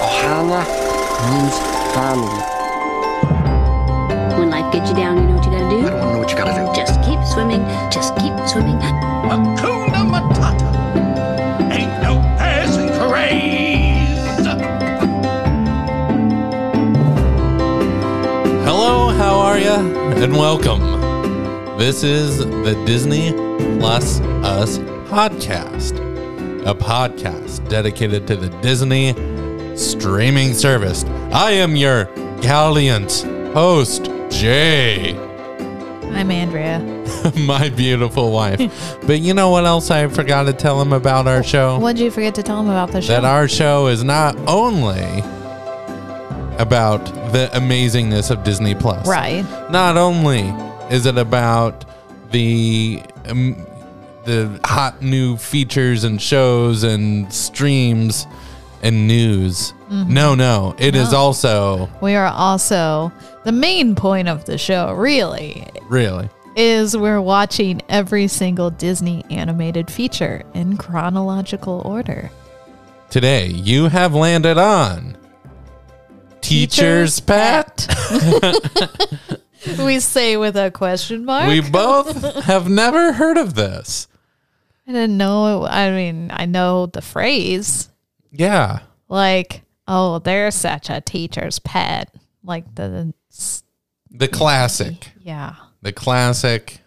Noah means family. When life gets you down, you know what you gotta I do? don't know what you gotta do. Just keep swimming, just keep swimming. Hakuna Matata. Ain't no passing craze. Hello, how are ya? And welcome. This is the Disney Plus Us podcast, a podcast dedicated to the Disney streaming service. I am your gallant host, Jay, I'm Andrea. my beautiful wife. but you know what else I forgot to tell him about our show? What did you forget to tell him about the show? Oh. that our show is not only about the amazingness of Disney Plus. right. Not only is it about the um, the hot new features and shows and streams and news. No, no, it is also We are also the main point of the show, really, really is we're watching every single Disney animated feature in chronological order. today you have landed on Teacher's Pet. we say with a question mark. We both have never heard of this. I didn't know. I mean, I know the phrase Yeah. like, "Oh, they're such a teacher's pet." Like the The classic. yeah, The classic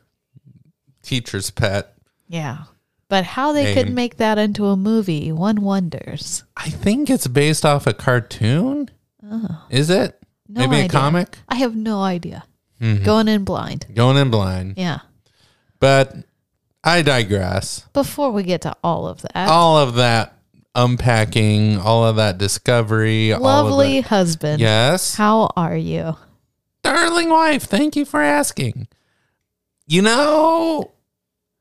teacher's pet. yeah. But how they could Name. make that into a movie, one wonders. I think it's based off a cartoon. Is it? Oh. No Maybe a idea. comic? I have no idea. Mm-hmm. Going in blind. Going in blind. Yeah. But I digress. Before we get to all of that, All of that unpacking, all of that discovery, all of lovely it. husband. Yes. How are you? darling wife, thank you for asking. You know,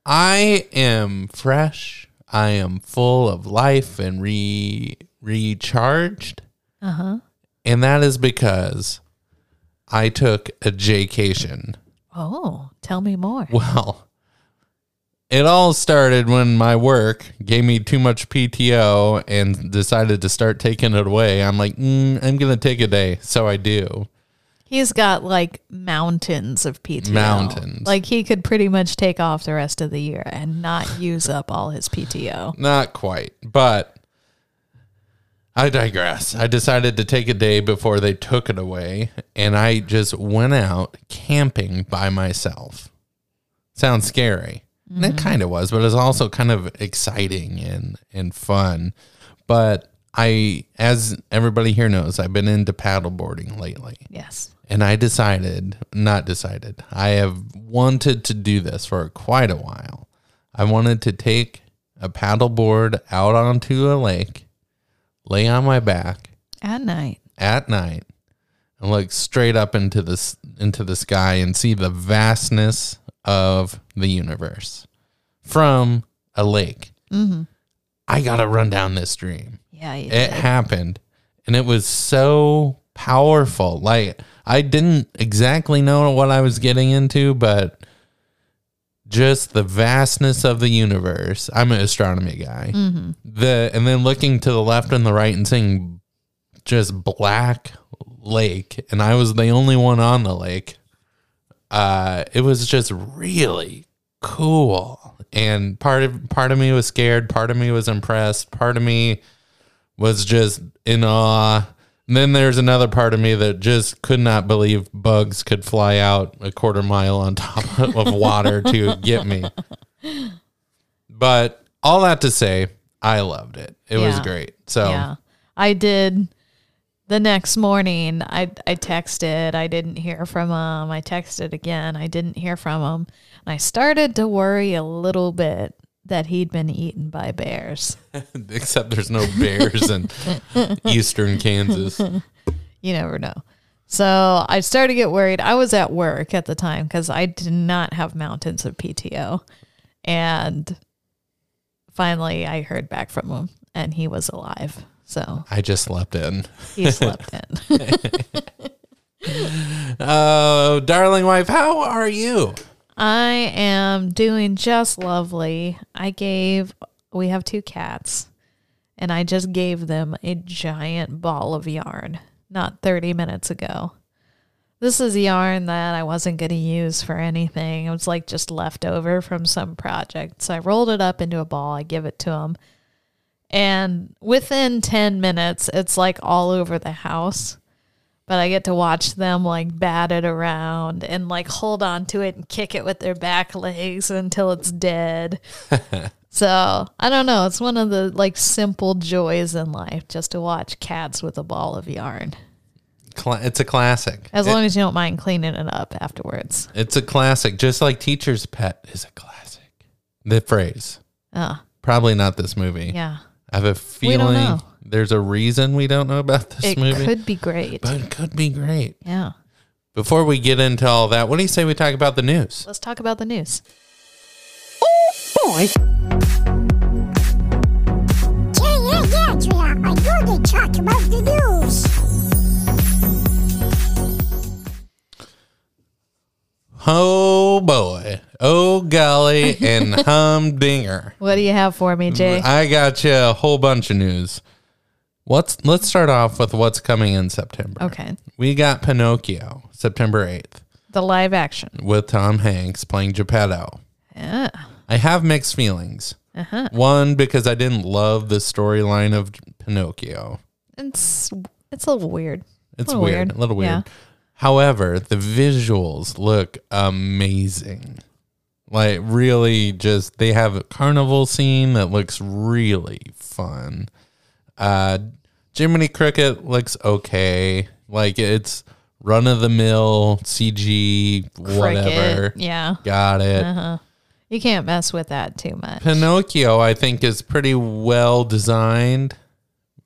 I am fresh. I am full of life and re recharged. Uh huh. And that is because I took a jaycation. Oh, tell me more. Well, it all started when my work gave me too much PTO and decided to start taking it away. I'm like, mm, I'm going to take a day. So I do. He's got like mountains of PTO. Mountains. Like he could pretty much take off the rest of the year and not use up all his PTO. Not quite, but I digress. I decided to take a day before they took it away, and I just went out camping by myself. Sounds scary. And it kind of was, but it's also kind of exciting and, and fun. But I, as everybody here knows, I've been into paddleboarding lately. Yes. And I decided, not decided, I have wanted to do this for quite a while. I wanted to take a paddleboard out onto a lake, lay on my back At night. at night, and look straight up into the s- into the sky and see the vastness of the universe from a lake. I gotta run down this dream Yeah. you it did. happened and it was so powerful like i didn't exactly know what i was getting into but just the vastness of the universe i'm an astronomy guy the and then looking to the left and the right and seeing just black lake and i was the only one on the lake uh it was just really cool and part of part of me was scared part of me was impressed part of me was just in awe. And then there's another part of me that just could not believe bugs could fly out a quarter mile on top of water to get me. But all that to say, I loved it. It was Yeah. great. So Yeah. I did the next morning. I I texted. I didn't hear from him. I texted again. I didn't hear from him. And I started to worry a little bit that he'd been eaten by bears. except there's no bears in eastern Kansas. You never know. So I started to get worried. I was at work at the time because I did not have mountains of PTO. And finally I heard back from him and he was alive. So I just slept in. he slept in. Oh, darling wife, how are you? I am doing just lovely. I gave, we have two cats, and I just gave them a giant ball of yarn not 30 minutes ago. This is yarn that I wasn't going to use for anything. It was like just left over from some project. So I rolled it up into a ball, I give it to them. And within 10 minutes, it's like all over the house. But I get to watch them like bat it around and like hold on to it and kick it with their back legs until it's dead. So I don't know. It's one of the like simple joys in life just to watch cats with a ball of yarn. Cla- it's a classic. As It- long as you don't mind cleaning it up afterwards. it's a classic, just like teacher's pet is a classic. The phrase. Oh, Probably not this movie. yeah. I have a We feeling don't know. there's a reason we don't know about this It movie, could be great. but it could be great. Yeah. Before we get into all that, what do you say we talk about the news? Let's talk about the news. Boy. Yeah, yeah, yeah, Tria. I know they talk about the news. Oh boy. Oh golly and humdinger. What do you have for me, Jay? I got you a whole bunch of news. What's let's start off with what's coming in September. Okay. We got Pinocchio, September 8th, The live action. with Tom Hanks playing Geppetto. Yeah. I have mixed feelings. Uh-huh. One because I didn't love the storyline of Pinocchio. It's it's a little weird. It's Little weird, weird. a little weird. Yeah. However, the visuals look amazing. Like really just they have a carnival scene that looks really fun. Uh Jiminy Cricket looks okay. Like it's run of the mill CG whatever. Cricket. Uh-huh. Yeah. Got it. You can't mess with that too much. Pinocchio I think is pretty well designed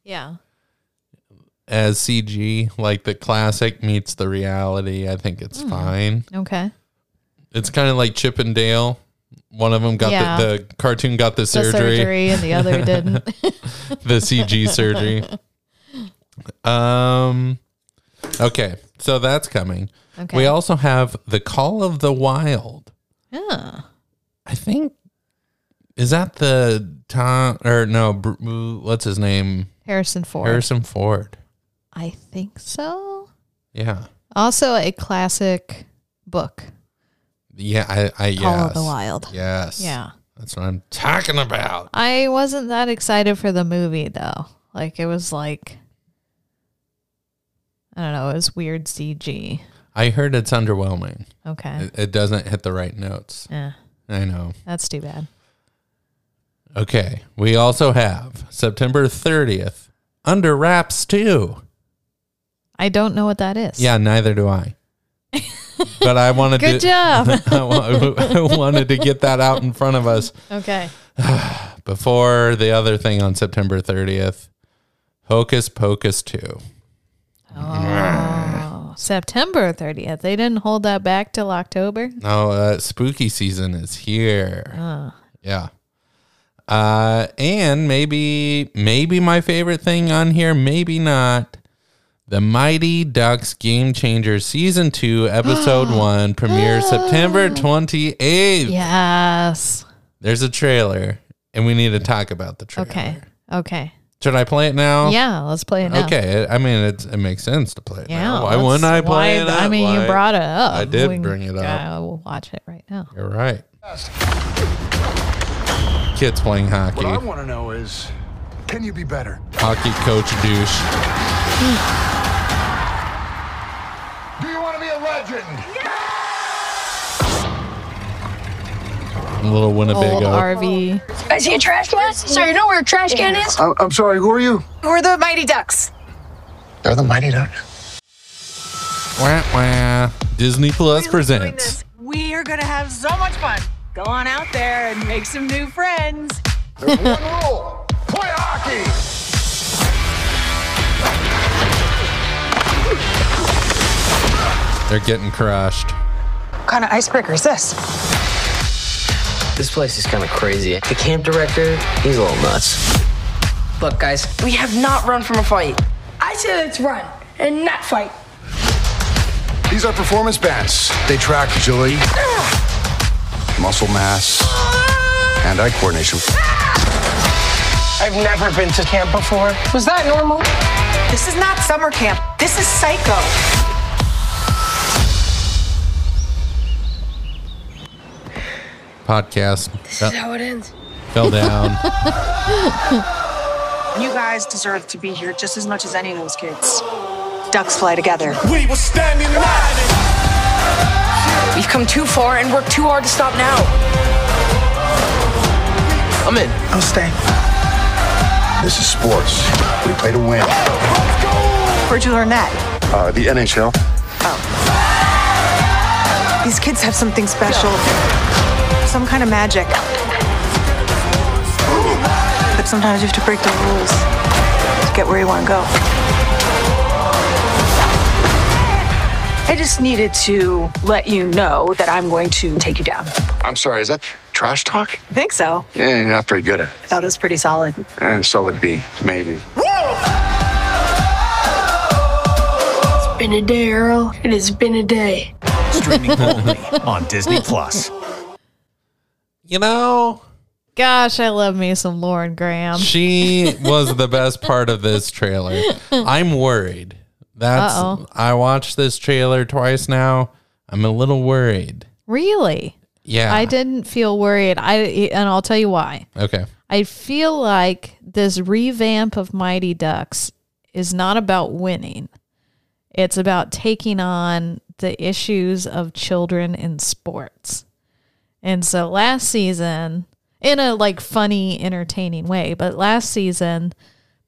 yeah. as CG. Like the classic meets the reality. I think it's Hmm. fine. Okay. It's kind of like Chip and Dale. One of them got Yeah. the, the cartoon got the The surgery, surgery and the other didn't. the CG surgery. Um, okay, so that's coming. Okay. We also have the Call of the Wild. yeah. I think is that the Tom or no? Br- uh, What's his name? Harrison Ford. Harrison Ford. I think so. Yeah, Also, a classic book, yeah. I, I yes. Call of the Wild. Yes. Yeah. That's what I'm talking about. I wasn't that excited for the movie though. Like it was like I don't know, it was weird CG. I heard it's underwhelming. Okay. It, it doesn't hit the right notes. Eh, I know. that's too bad. Okay. We also have September 30th, Under Wraps 2. I don't know what that is. Yeah, neither do I. but I wanted Good to. job. I, wa- I wanted to get that out in front of us okay. before the other thing on September 30th. Hocus Pocus 2. Oh, September 30th. They didn't hold that back till October. No, uh, spooky season is here. Yeah. Uh, and maybe, maybe my favorite thing on here, maybe not. The Mighty Ducks Game Changer Season 2, Episode 1 premieres September 28th. Yes. There's a trailer, and we need to talk about the trailer. Okay. Okay. Should I play it now? Yeah, let's play it now. Oh. Okay. I mean, it's, it makes sense to play it Yeah. now. Why let's- wouldn't I play why- it? I up? mean, you Why- brought it up. I did can- bring it up. Yeah, we'll watch it right now. You're right. Kids playing hockey. What I want to know is, can you be better? hockey coach douche. Do you want to be a legend? Little Old Winnebago. Oh, RV. I see a trash can. So you know where a trash can is? I- I'm sorry, who are you? We're the Mighty Ducks. They're the Mighty Ducks. Wah, wah. Disney Plus presents. We are going to have so much fun. Go on out there and make some new friends. There's one rule. Play hockey! They're getting crushed. What kind of icebreaker is this? This place is kind of crazy. The camp director, he's a little nuts. Look, guys, we have not run from a fight. I say let's run and not fight. These are performance bands. They track agility, muscle mass, and eye coordination. I I've never been to camp before. Was that normal? This is not summer camp. This is psycho. Podcast. This Fel- is how it ends. Fell down. You guys deserve to be here just as much as any of those kids. Ducks fly together. We were standing right. We've come too far and worked too hard to stop now. I'm in. I'm staying. This is sports. We play to win. Where'd you learn that? Uh, the NHL. These kids have something special, some kind of magic. But sometimes you have to break the rules to get where you want to go. I just needed to let you know that I'm going to take you down. I'm sorry, is that trash talk? I think so. Yeah, you're not very good at I thought it was pretty solid. it. And so would be, maybe. It's been a day, Earl. It has been a day. Streaming only on Disney Plus. you know, Gosh, I love me some Lauren Graham. she was the best part of this trailer. I'm worried. That's Uh-oh. I watched this trailer twice now. I'm a little worried. Really? Yeah. I didn't feel worried. I and I'll tell you why. Okay. I feel like this revamp of Mighty Ducks is not about winning. It's about taking on the issues of children in sports. And so last season, in a like funny, entertaining way, but last season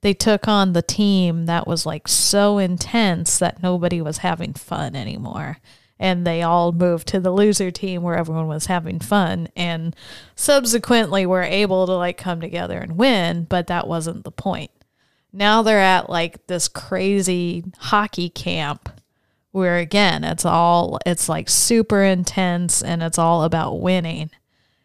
they took on the team that was like so intense that nobody was having fun anymore. And they all moved to the loser team where everyone was having fun and subsequently were able to like come together and win, but that wasn't the point. Now they're at like this crazy hockey camp where again it's all it's like super intense and it's all about winning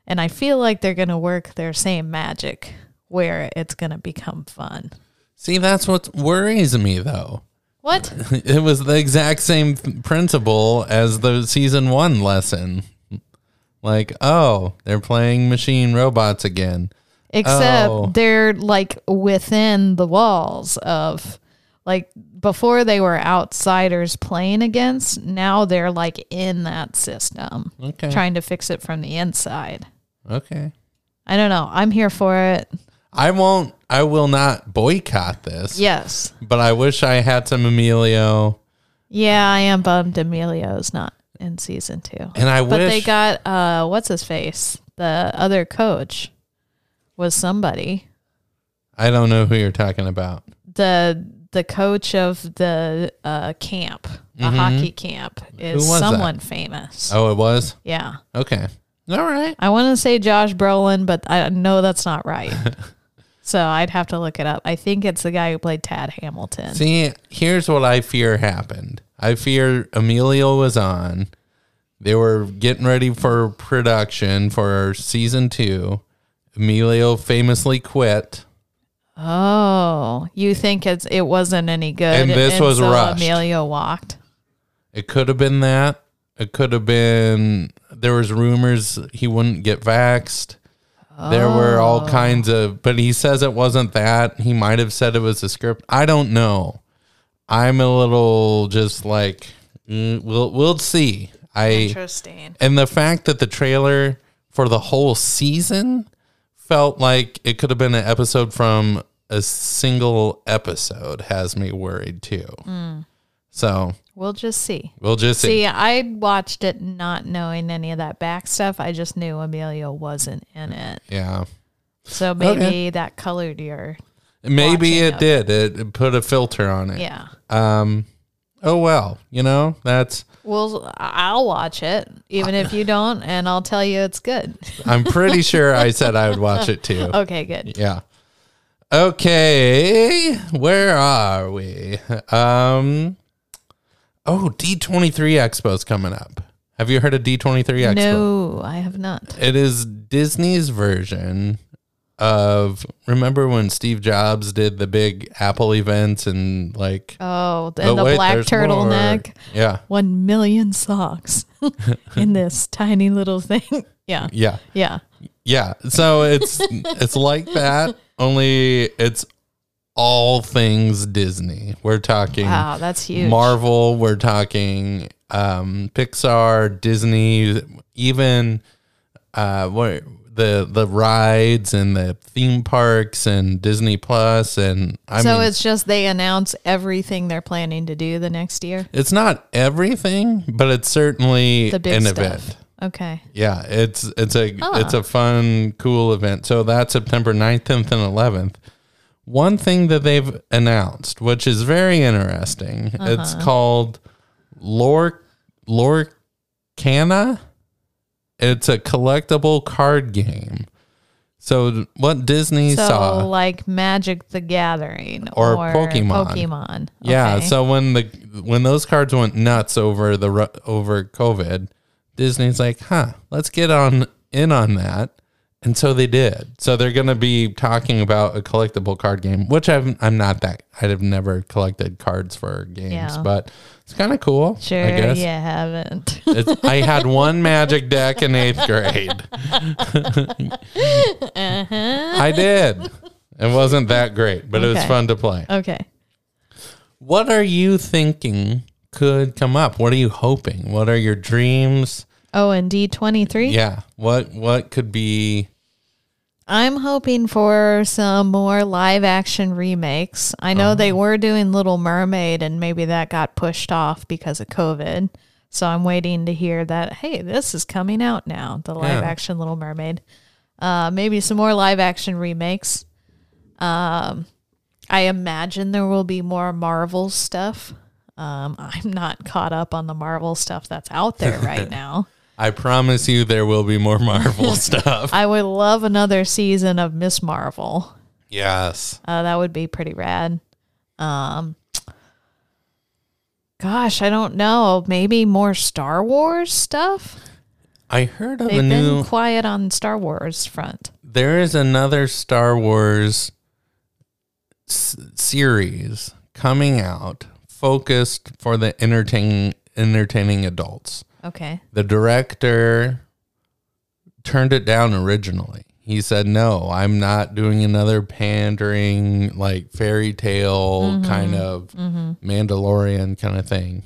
and i feel like they're going to work their same magic where it's going to become fun See, that's what worries me though. what It was the exact same principle as the season 1 lesson. Like, oh, they're playing machine robots again. except Oh. they're like within the walls of like before they were outsiders playing against now they're like in that system Okay. trying to fix it from the inside Okay. i don't know i'm here for it I won't I will not boycott this. yes But I wish I had some Emilio. Yeah, I am bummed Emilio's not in season two. And I but they wish- got uh what's his face? The other coach was somebody. I don't know who you're talking about. The the coach of the uh camp, the hockey camp is Mm-hmm. Who was that? someone famous. Oh, it was? Yeah. Okay. All right. I want to say Josh Brolin, but I know that's not right. so I'd have to look it up. I think it's the guy who played Tad Hamilton. See, here's what I fear happened. I fear Emilio was on. They were getting ready for production for season two. Emilio famously quit. Oh, you think it's it wasn't any good? And this was so rushed. Emilio walked. It could have been that. It could have been there was rumors he wouldn't get vaxxed. There were all kinds of but he says it wasn't that. He might have said it was a script. I don't know. I'm a little just like mm, we'll we'll see. I Interesting. And the fact that the trailer for the whole season felt like it could have been an episode from a single episode has me worried too. So We'll just see. we'll just see. See, I watched it not knowing any of that back stuff. I just knew Emilio wasn't in it. Yeah. So maybe Okay. that colored your Maybe watching it of- did. It, it put a filter on it. yeah. Um oh well, you know, that's Well, I'll watch it even if you don't and I'll tell you it's good. I'm pretty sure I said I would watch it too. Okay, good. Yeah. Okay, where are we? Um Oh, D23 Expo's coming up. Have you heard of D23 Expo? No, I have not. It is Disney's version of remember when Steve Jobs did the big Apple events and like Oh, and Oh, the wait, black there's more. turtleneck. Yeah. 1 million socks in this tiny little thing. Yeah. Yeah. Yeah. Yeah. So it's it's like that Only it's all things Disney. We're talking Wow, that's huge. Marvel, we're talking um Pixar, Disney, even uh what the the rides and the theme parks and Disney Plus and I so mean it's just they announce everything they're planning to do the next year. it's not everything, but it's certainly The big an stuff. event. Okay. Yeah, it's it's a Ah. it's a fun, cool event. So that's September 9th, 10th, and 11th. One thing that they've announced, which is very interesting, it's Uh-huh. called Lor Lorcana. It's a collectible card game. So what Disney so saw like Magic the Gathering Or Pokemon. Pokemon. Yeah. Okay. So when the when those cards went nuts over the ru- over COVID, Disney's like, huh, let's get on in on that, and so they did. So they're going to be talking about a collectible card game, which I'm I'm not that I've never collected cards for games, Yeah. but it's kind of cool. sure I guess. you haven't. It's, I had one magic deck in eighth grade. uh-huh. I did. It wasn't that great, but it was Okay. fun to play. Okay. What are you thinking could come up? What are you hoping? What are your dreams? Oh, and D twenty three. Yeah. What what could be I'm hoping for some more live action remakes. I know Uh-huh. they were doing Little Mermaid and maybe that got pushed off because of COVID. So I'm waiting to hear that, hey, this is coming out now, the live Yeah. action Little Mermaid. Uh, maybe some more live action remakes. Um, I imagine there will be more Marvel stuff. Um, I'm not caught up on the Marvel stuff that's out there right now. I promise you there will be more Marvel stuff. I would love another season of Miss Marvel. Yes. Uh, that would be pretty rad. Um, gosh, I don't know. Maybe more Star Wars stuff. I heard of They've a been new quiet on Star Wars front. there is another Star Wars s- series coming out focused for the entertaining entertaining adults. Okay. the director turned it down originally. He said, "No, I'm not doing another pandering like fairy tale Mm-hmm. kind of Mandalorian kind of thing.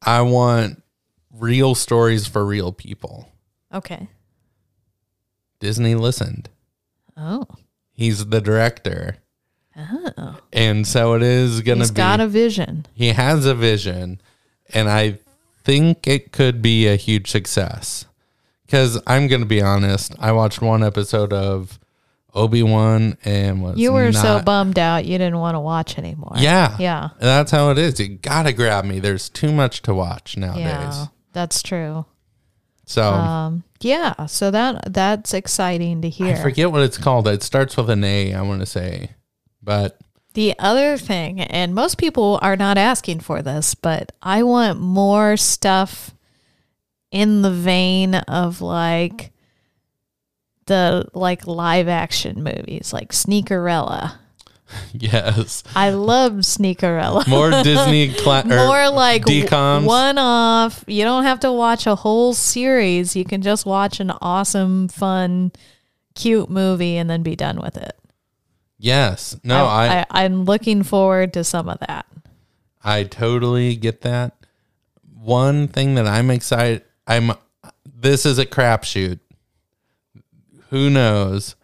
I want real stories for real people." Okay. Disney listened. Oh. He's the director. Oh. And so it is going to He's be got a vision. He has a vision, and I think it could be a huge success. Because I'm going to be honest, I watched one episode of Obi Wan and was you were so not- bummed out you didn't want to watch anymore. Yeah, Yeah. And that's how it is. You gotta grab me. There's too much to watch nowadays. Yeah. That's true. So Um, yeah. So that that's exciting to I hear. forget what it's called. It starts with an A. I want to say, but The other thing, and most people are not asking for this, but I want more stuff in the vein of like the like live action movies, like Sneakerella. yes, I love Sneakerella. more Disney. Cla- or more like DComs. one off. You don't have to watch a whole series. You can just watch an awesome, fun, cute movie and then be done with it. Yes. No. Oh, I I, I'm looking forward to some of that. I totally get that. One thing that I'm excited I'm this is a crapshoot. Who knows?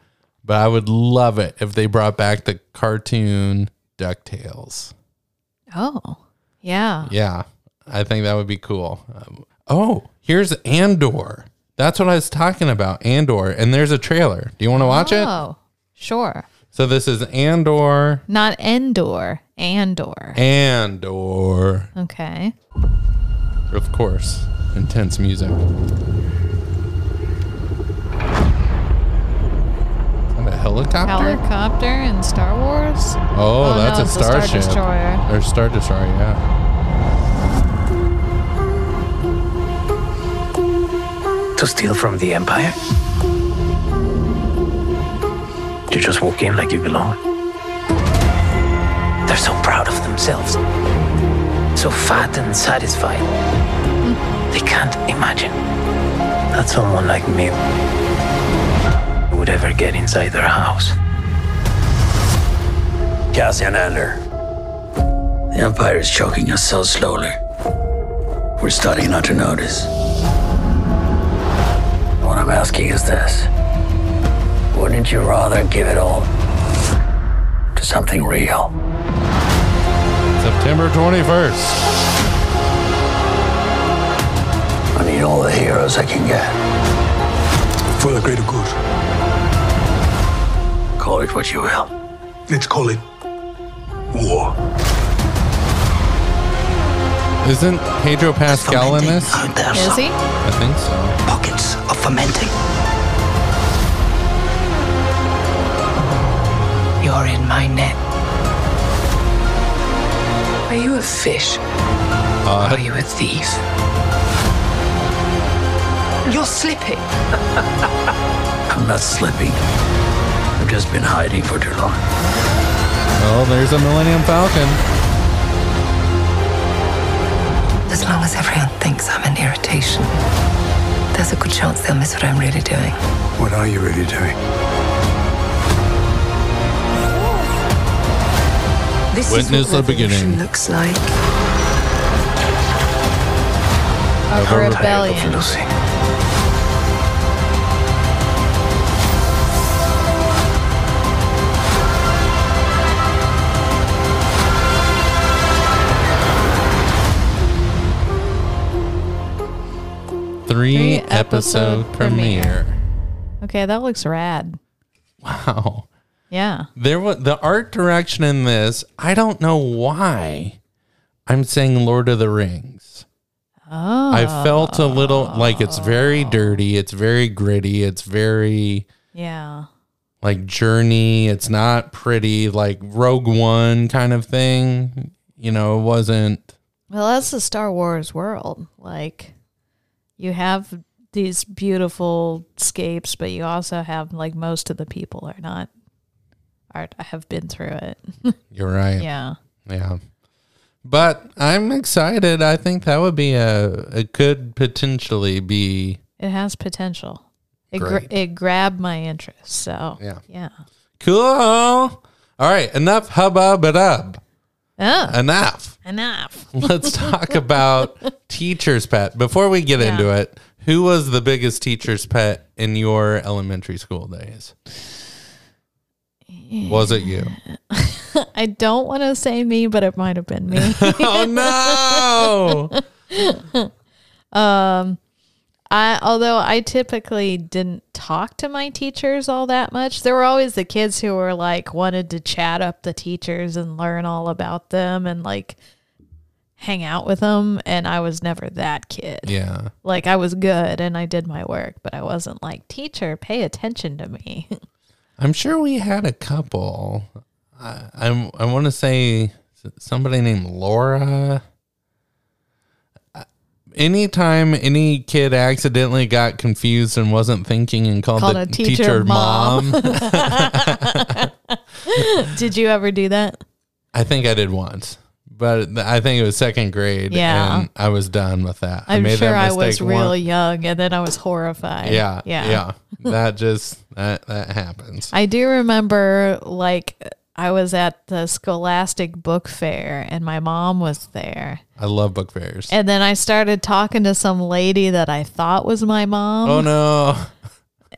But I would love it if they brought back the cartoon DuckTales. Oh, yeah. Yeah. I think that would be cool. Um, oh, here's Andor. That's what I was talking about, Andor. And there's a trailer. Do you want to watch it? Oh, sure. So this is Andor, Not Endor, Andor. Andor. Okay. Of course, intense music. Is that a helicopter? Helicopter in Star Wars. oh, Oh, that's no, a it's a Star starship. Destroyer. Or Star Destroyer, yeah. To steal from the Empire? To just walk in like you belong? They're so proud of themselves. So fat and satisfied. They can't imagine that someone like me would ever get inside their house. Cassian Andor. The Empire is choking us so slowly. We're starting not to notice. What I'm asking is this Wouldn't you rather give it all to something real? September 21st. I need all the heroes I can get. For the greater good. Call it what you will. Let's call it war. Isn't Pedro Pascal in this? Is he? I think so. Pockets are fermenting. You're in my net. Are you a fish? Uh. Are you a thief? You're slipping. I'm not slipping. I've just been hiding for too long. Oh, there's a Millennium Falcon. As long as everyone thinks I'm an irritation, there's a good chance they'll miss what I'm really doing. What are you really doing? This Witness is what the beginning. revolution looks like. A rebellion. Three episode episode premiere. Okay, that looks rad. Wow. Yeah. There was the art direction in this. I don't know why I'm saying Lord of the Rings. Oh. I felt a little like it's very dirty, it's very gritty, it's very Yeah. like journey. It's not pretty, like Rogue One kind of thing. You know, it wasn't. Well, that's the Star Wars world. Like, you have these beautiful scapes, but you also have like most of the people are not are have been through it. You're right. yeah. Yeah. But I'm excited. I think that would be a it could potentially be It has potential. It gr- Great. it grabbed my interest. So Yeah. yeah. cool. All right, enough hubbub it up. Oh, Enough. enough. Let's talk about teacher's pet. Before we get into it, who was the biggest teacher's pet in your elementary school days? Was it you? I don't want to say me, but it might have been me. oh no. um, I although I typically didn't talk to my teachers all that much. There were always the kids who were like wanted to chat up the teachers and learn all about them and like hang out with them. And I was never that kid. Yeah. Like I was good and I did my work, but I wasn't like teacher. Pay attention to me. I'm sure we had a couple. I I'm, I want to say somebody named Laura. Anytime any kid accidentally got confused and wasn't thinking and called, Called the a teacher mom. did you ever do that? I think I did once, but th- I think it was second grade. Yeah. And I was done with that. I'm made that sure I was mistake really once. young and then I was horrified. Yeah. Yeah. Yeah. Yeah. that just, that, that happens. I do remember like I was at the Scholastic Book Fair and my mom was there. I love book fairs. And then I started talking to some lady that I thought was my mom. oh no.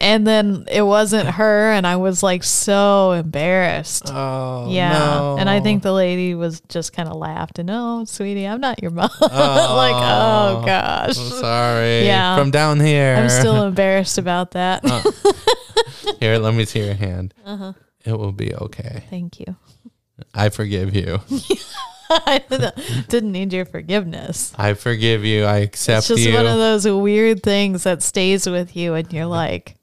And then it wasn't her and I was like so embarrassed. Oh, yeah. And I no. think the lady was just kind of laughed and, "Oh, sweetie, I'm not your mom." like, "Oh gosh." I'm sorry. Yeah. From down here. I'm still embarrassed about that. here, let me see your hand. Uh-huh. It will be okay. Thank you. I forgive you. I didn't need your forgiveness. I forgive you. I accept It's just you. one of those weird things that stays with you, and you're like,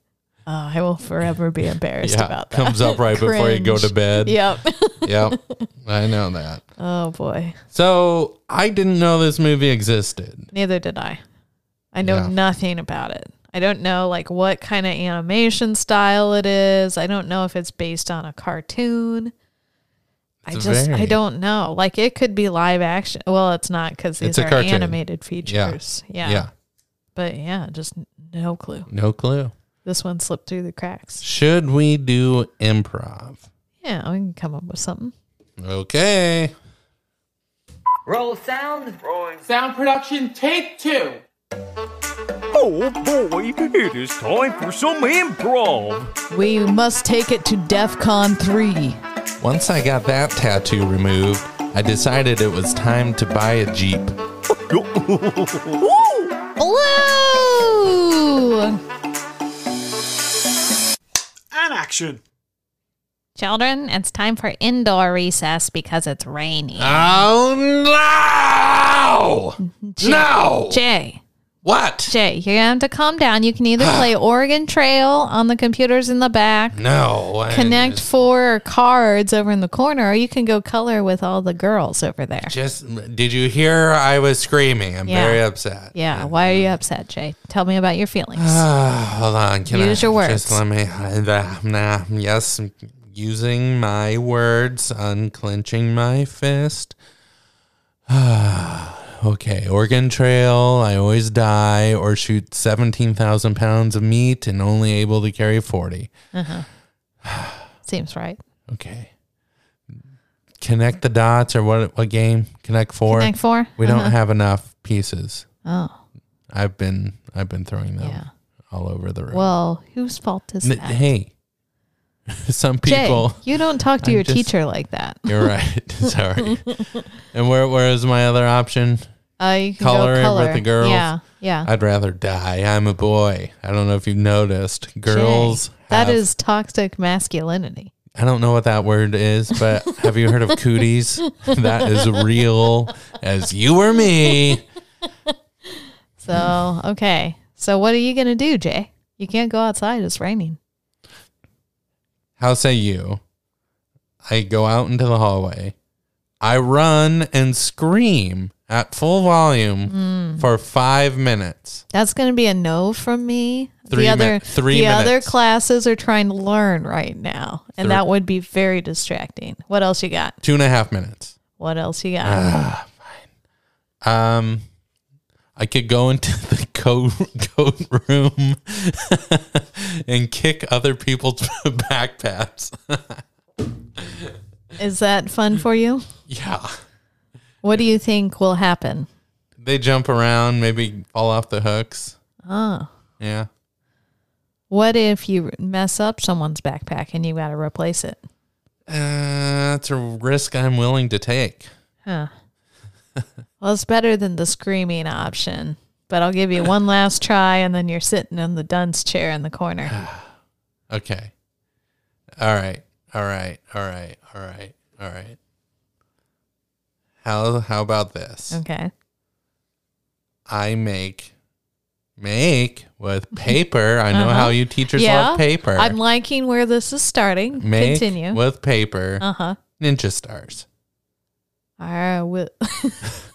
oh, I will forever be embarrassed Yeah, about that. comes up right before you go to Cringe. bed. Yep. yep. I know that. oh boy. So I didn't know this movie existed. Neither did I. I know Yeah. nothing about it. I don't know like what kind of animation style it is. I don't know if it's based on a cartoon. I It's just I very- don't know. Like it could be live action. Well, it's not because these It's a are cartoon. animated features. Yeah. Yeah. But yeah, just no clue. No clue. This one slipped through the cracks. Should we do improv? Yeah, we can come up with something. Okay. Roll sound. Rolling. Sound production, take two. Oh boy, it is time for some improv. We must take it to DEF CON 3. Once I got that tattoo removed, I decided it was time to buy a Jeep. Blue! And action. Children, it's time for indoor recess because it's rainy. Uh, Oh no! Jay, No! Jay. What? Jay, you're gonna have to calm down. You can either play Oregon Trail on the computers in the back, No. I Connect Four or cards over in the corner, or you can go color with all the girls over there. Just did you hear I was screaming? I'm Yeah. very upset. Yeah. Why are you upset, Jay? Tell me about your feelings. Ah, hold on. Can Use I your words. Just let me. uh, Nah, yes, using my words, unclenching my fist. Ah, okay, Oregon Trail. I always die or shoot seventeen thousand pounds of meat and only able to carry forty. uh-huh. Seems right. Okay. Connect the dots or what? What game? Connect four. Connect four? We Uh-huh. don't have enough pieces. Oh. I've been I've been throwing them all over the room. Well, whose fault is N- that? Hey, some people. Jay, you don't talk to I'm your just- teacher like that. You're right. Sorry. and where where is my other option? Uh, you can go color. with the girls. Yeah, yeah. I'd rather die. I'm a boy. I don't know if you've noticed. Girls. That have- is toxic masculinity. I don't know what that word is, but have you heard of cooties? That is real as you or me. So, okay. So, what are you going to do, Jay? You can't go outside. It's raining. How say you? I go out into the hallway. I run and scream at full volume Mm. for five minutes. That's going to be a no from me. Three the mi- other three the other minutes. classes are trying to learn right now, and Three- that would be very distracting. What else you got? Two and a half minutes. What else you got? Ah, fine. Um, I could go into the coat, coat room and kick other people's backpacks. Is that fun for you? yeah. What do you think will happen? They jump around, maybe fall off the hooks. Oh, Yeah. what if you mess up someone's backpack and you got to replace it? Uh, that's a risk I'm willing to take. Huh. well, it's better than the screaming option, but I'll give you one last try, and then you're sitting in the dunce chair in the corner. Okay. All right. All right. All right. All right. All right. How how about this? Okay. I make make with paper. I know Uh-huh. how you teachers love paper. I'm liking where this is starting. make Continue. with paper. Uh-huh. Ninja stars. I will.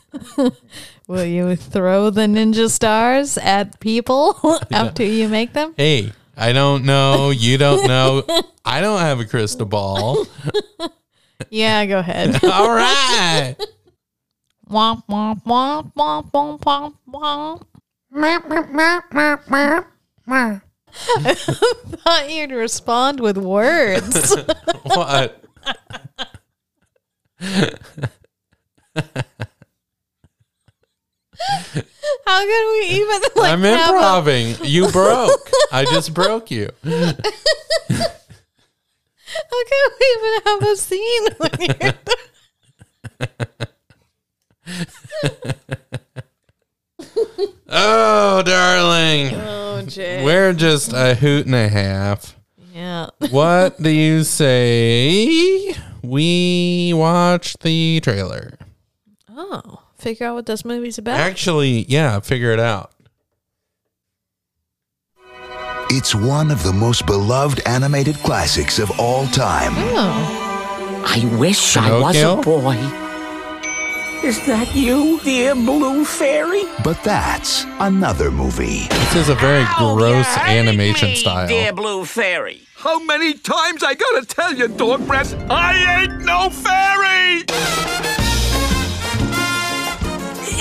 will you throw the ninja stars at people after you make them? Hey, I don't know. You don't know. I don't have a crystal ball. Yeah, go ahead. All right. Womp womp womp womp womp womp womp. I thought you'd respond with words. what? How can we even like I'm have a- improving. You broke. I just broke you. How can we even have a scene when you're Oh, darling. Oh, Jay. We're just a hoot and a half. Yeah. What do you say? We watch the trailer. Oh, figure out what this movie's about. Actually, yeah, figure it out. It's one of the most beloved animated classics of all time. I wish I was a boy. Is that you, dear blue fairy? But that's another movie. This is a very gross animation style. blue fairy. How many times I gotta tell you, dog breath? I ain't no fairy!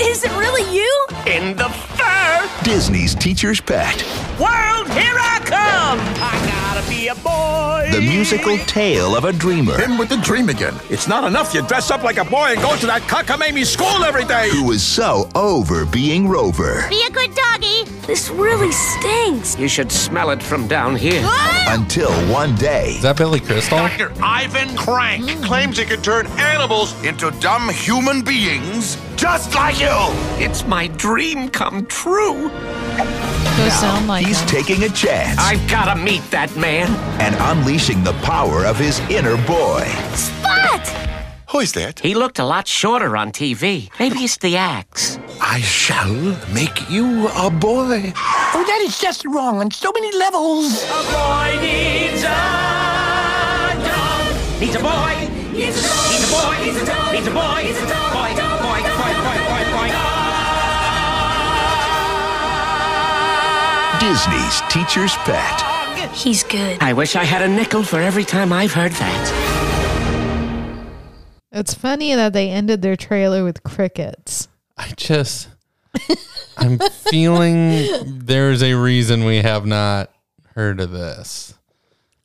Is it really you? In the fur! Disney's Teacher's Pet. World, here I come! I gotta be a boy! The musical tale of a dreamer. Him with the dream again. It's not enough you dress up like a boy and go to that cockamamie school every day! Who was so over being Rover. Be a good doggy! This really stinks! You should smell it from down here. Until one day. Is that Billy Crystal? Dr. Ivan Crank mm. claims he can turn animals into dumb human beings just like you. It's my dream come true. Now, like he's him. taking a chance. I've got to meet that man. And unleashing the power of his inner boy. Spot! Who's that? He looked a lot shorter on TV. Maybe it's the axe. I shall make you a boy. Oh, that is just wrong on so many levels. A boy needs a dog. Needs a boy. Needs a dog. Needs a boy. Needs a dog. Needs a boy. Needs a dog. Boy, dog, boy, boy, boy, boy, boy. Disney's Teacher's Pet. He's good. I wish I had a nickel for every time I've heard that. It's funny that they ended their trailer with crickets. I just, I'm feeling there's a reason we have not heard of this.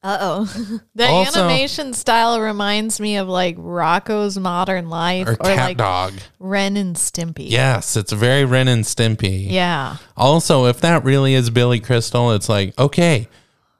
Uh oh. The Also- animation style reminds me of like Rocco's Modern Life Or Cat like Dog. Ren and Stimpy. Yes, it's very Ren and Stimpy. Yeah. Also, if that really is Billy Crystal, it's like, okay,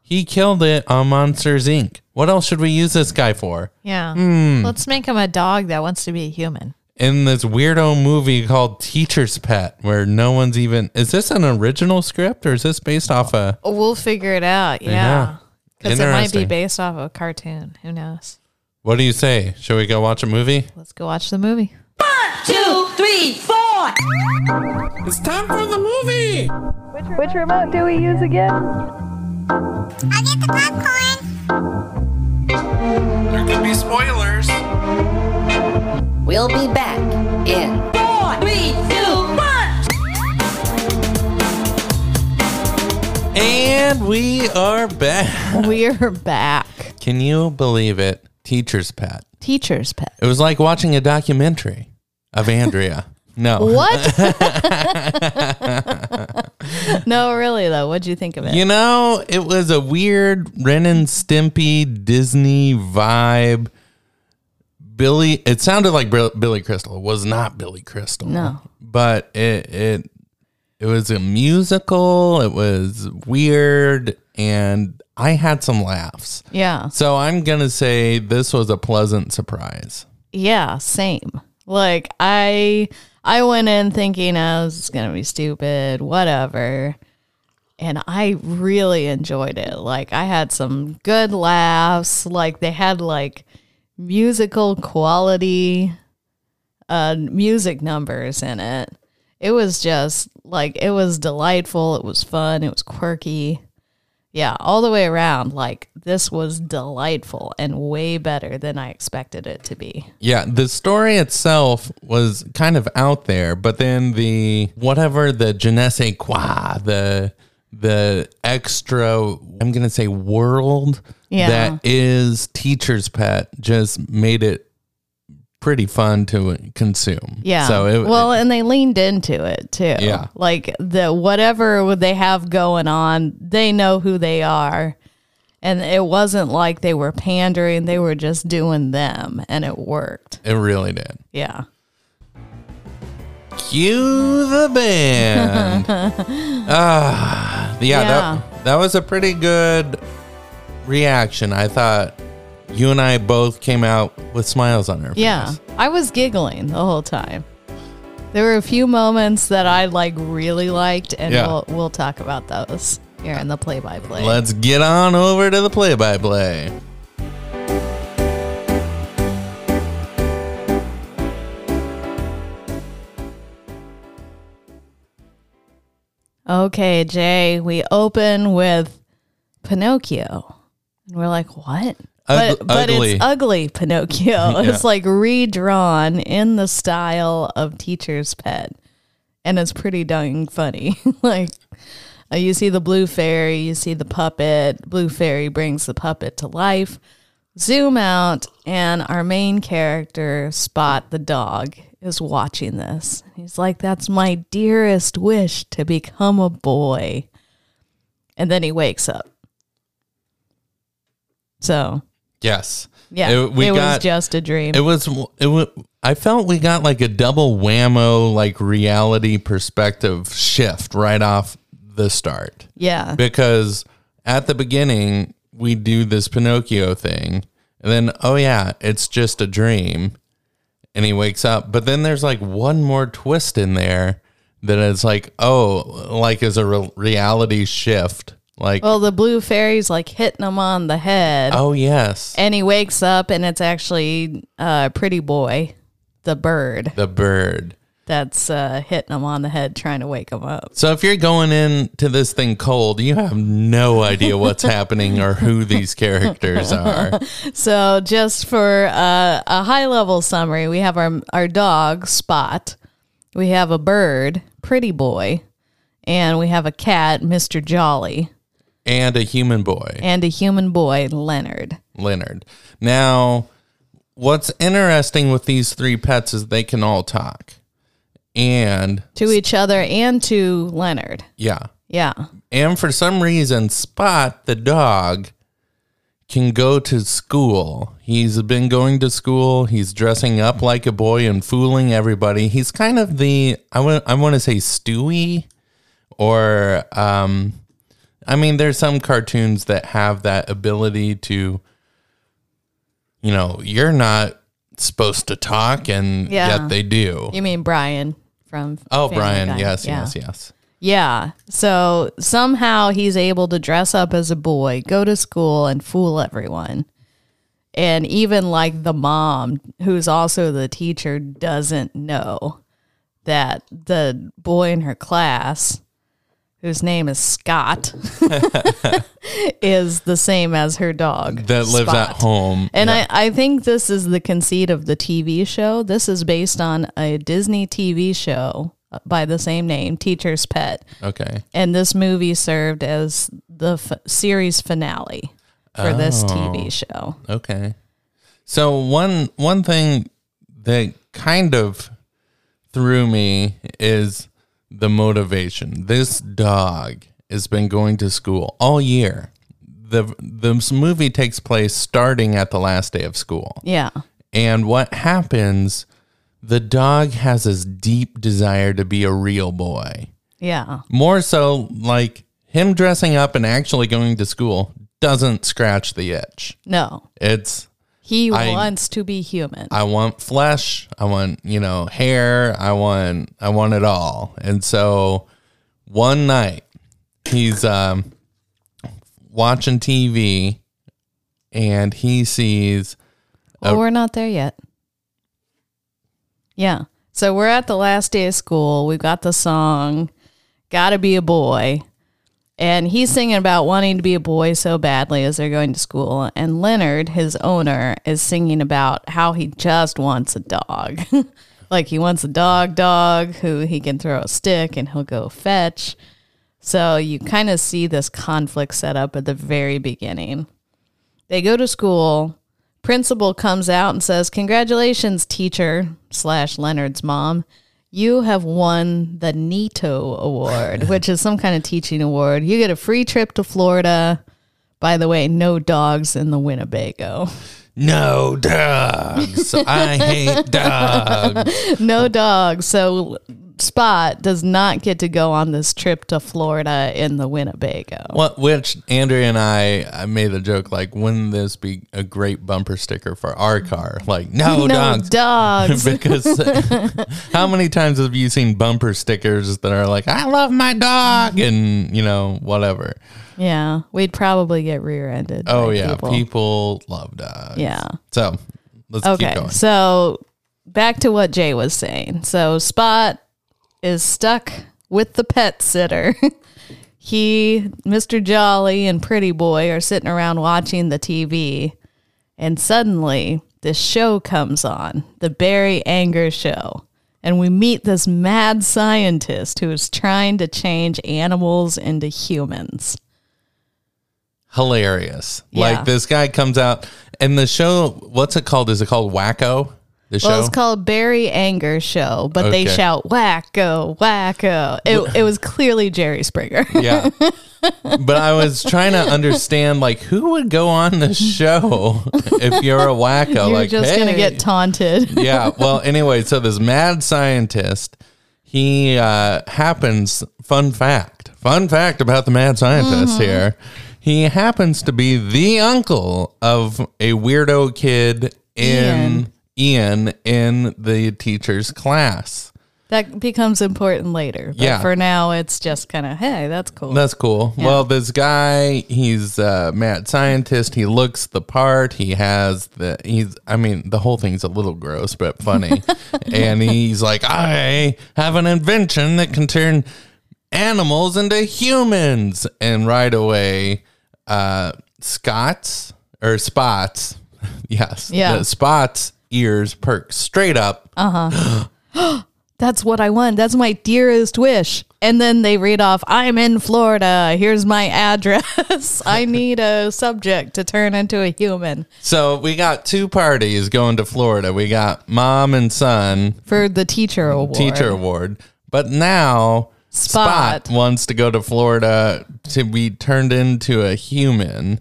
he killed it on Monsters Inc. What else should we use this guy for? Yeah. Hmm. Let's make him a dog that wants to be a human. In this weirdo movie called Teacher's Pet, where no one's even. Is this an original script or is this based off a. Oh, We'll figure it out. Yeah. Yeah. Because it might be Interesting. based off of a cartoon. Who knows? What do you say? Should we go watch a movie? Let's go watch the movie. Two, three, four! It's time for the movie! Which remote do we use again? I'll get the popcorn. There could be spoilers. We'll be back in four, three, two, one! And we are back. We're back. Can you believe it? Teacher's Pet. Teacher's pet. It was like watching a documentary of Andrea. No. What? no, really though. What'd you think of it? You know, it was a weird Ren and Stimpy Disney vibe. Billy, it sounded like Bri- Billy Crystal. It was not Billy Crystal. No. but it it it was a musical. It was weird, and I had some laughs. yeah. So I'm gonna say this was a pleasant surprise. Yeah, same. Like I I went in thinking I was gonna be stupid, whatever. And I really enjoyed it. Like I had some good laughs. Like they had like musical quality uh music numbers in it. It was just like it was delightful, it was fun, it was quirky. Yeah, all the way around, like this was delightful and way better than I expected it to be. Yeah, the story itself was kind of out there, but then the whatever the je ne sais quoi, the the extra I'm gonna say world Yeah. that is teacher's pet just made it pretty fun to consume. Yeah. So it well, and they leaned into it too. Yeah. Like the whatever they have going on, they know who they are. And it wasn't like they were pandering, they were just doing them and it worked. it really did. Yeah. Cue the band. Ah, yeah, Yeah. That, that was a pretty good reaction. I thought you and I both came out with smiles on our Yeah. face. I was giggling the whole time. There were a few moments that I like really liked and Yeah. we'll we'll talk about those here in the play by play. Let's get on over to the play by play. Okay, Jay, we open with Pinocchio. And we're like, what? Ug- but but ugly. it's ugly Pinocchio. Yeah. It's like redrawn in the style of Teacher's Pet. And it's pretty dang funny. like, uh, you see the blue fairy, you see the puppet. Blue fairy brings the puppet to life. Zoom out, and our main character, Spot the dog, is watching this. He's like, That's my dearest wish to become a boy. And then he wakes up. So, Yes. yeah, It- we it got- was just a dream. It was. It was. I felt we got like a double whammo, like reality perspective shift right off the start. Yeah. Because at the beginning we do this Pinocchio thing, and then oh yeah, it's just a dream, and he wakes up. But then there's like one more twist in there that it's like oh, like is a re- reality shift. Like well, the blue fairy's like hitting him on the head. oh yes, And he wakes up, and it's actually uh, Pretty Boy, the bird, the bird. that's uh, hitting him on the head, trying to wake him up. So if you're going into this thing cold, you have no idea what's happening or who these characters are. so just for uh, a high level summary, we have our our dog Spot, we have a bird, Pretty Boy, and we have a cat, Mister Jolly, And a human boy, and a human boy, Leonard. Leonard. Now, what's interesting with these three pets is they can all talk. And To each other and to Leonard. yeah. Yeah. And for some reason, Spot the dog can go to school. He's been going to school. He's dressing up like a boy and fooling everybody. He's kind of the I want I want to say Stewie or um I mean there's some cartoons that have that ability to you know, you're not supposed to talk and Yeah. yet they do. You mean Brian from Oh, Family Brian, Guy. yes, Yeah. yes, yes. Yeah. So somehow he's able to dress up as a boy, go to school, and fool everyone. And even like the mom, who's also the teacher, doesn't know that the boy in her class, whose name is Scott, is the same as her dog That lives Spot. at home. And Yeah. I, I think this is the conceit of the TV show. This is based on a Disney TV show uh, by the same name, Teacher's Pet. Okay. And this movie served as the f- series finale for this TV Oh. show. Okay. So one one thing that kind of threw me is the motivation. This dog has been going to school all year. The this movie takes place starting at the last day of school. Yeah. And what happens the dog has this deep desire to be a real boy. Yeah. More so like him dressing up and actually going to school doesn't scratch the itch. No, It's he I- wants to be human. I want flesh. I want, you know, hair. I want I want it all. And so one night he's um watching TV and he sees Well, Oh, we're not there yet. Yeah. So we're at the last day of school. We've got the song, Gotta Be a Boy. And he's singing about wanting to be a boy so badly as they're going to school. And Leonard, his owner, is singing about how he just wants a dog. like he wants a dog, dog who he can throw a stick and he'll go fetch. So you kind of see this conflict set up at the very beginning. They go to school. Principal comes out and says, Congratulations, teacher slash Leonard's mom. You have won the NITO award, which is some kind of teaching award. You get a free trip to Florida. By the way, no dogs in the Winnebago. no dogs. I hate dogs. Oh. no dogs. So Spot does not get to go on this trip to Florida in the Winnebago. What which Andrea and I, I made the joke like wouldn't this be a great bumper sticker for our car? Like no, dogs. dogs. because how many times have you seen bumper stickers that are like I love my dog and you know whatever. yeah, we'd probably get rear-ended. Oh by yeah, people. love dogs. Yeah. So let's keep going. So back to what Jay was saying. So Spot is stuck with the pet sitter. he, Mr. Jolly, and Pretty Boy are sitting around watching the TV, and suddenly this show comes on the Barry Anger Show. And we meet this mad scientist who is trying to change animals into humans. Hilarious. Yeah. Like this guy comes out and the show. What's it called? Is it called Wacko? The well, show? it's called Barry Anger Show, but they Okay. shout wacko, wacko. It, it was clearly Jerry Springer. Yeah. but I was trying to understand like who would go on the show if you're a wacko You're like just hey. gonna get taunted. yeah. Well, anyway, so this mad scientist, he uh, happens. Fun fact. Fun fact about the mad scientist here. He happens to be the uncle of a weirdo kid in Ian, in the teacher's class. that becomes important later. But Yeah. for now, it's just kind of hey, that's cool. That's cool. Yeah. Well, this guy, he's a mad scientist. He looks the part. He has the he's I mean, the whole thing's a little gross but funny. and he's like, "I have an invention that can turn animals into humans." And right away, uh Scott's or Spot's, yes. Yeah. the Spot's ears perk straight up. Uh huh. That's what I want. That's my dearest wish. And then they read off, I'm in Florida. Here's my address. I need a subject to turn into a human So, we got two parties going to Florida. We got mom and son. for the teacher award. teacher award. But now Spot. wants to go to Florida to be turned into a human.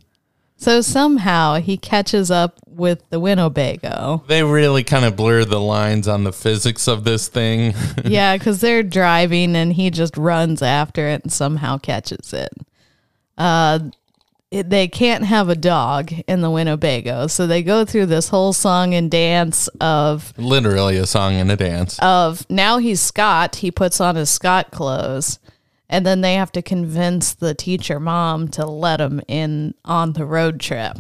So somehow he catches up with the Winnebago. They really kind of blur the lines on the physics of this thing. yeah, because they're driving and he just runs after it and somehow catches it. Uh, it- they can't have a dog in the Winnebago. So they go through this whole song and dance of Literally a song and a dance. of now he's Scott. He puts on his Scott clothes, and then they have to convince the teacher mom to let him in on the road trip.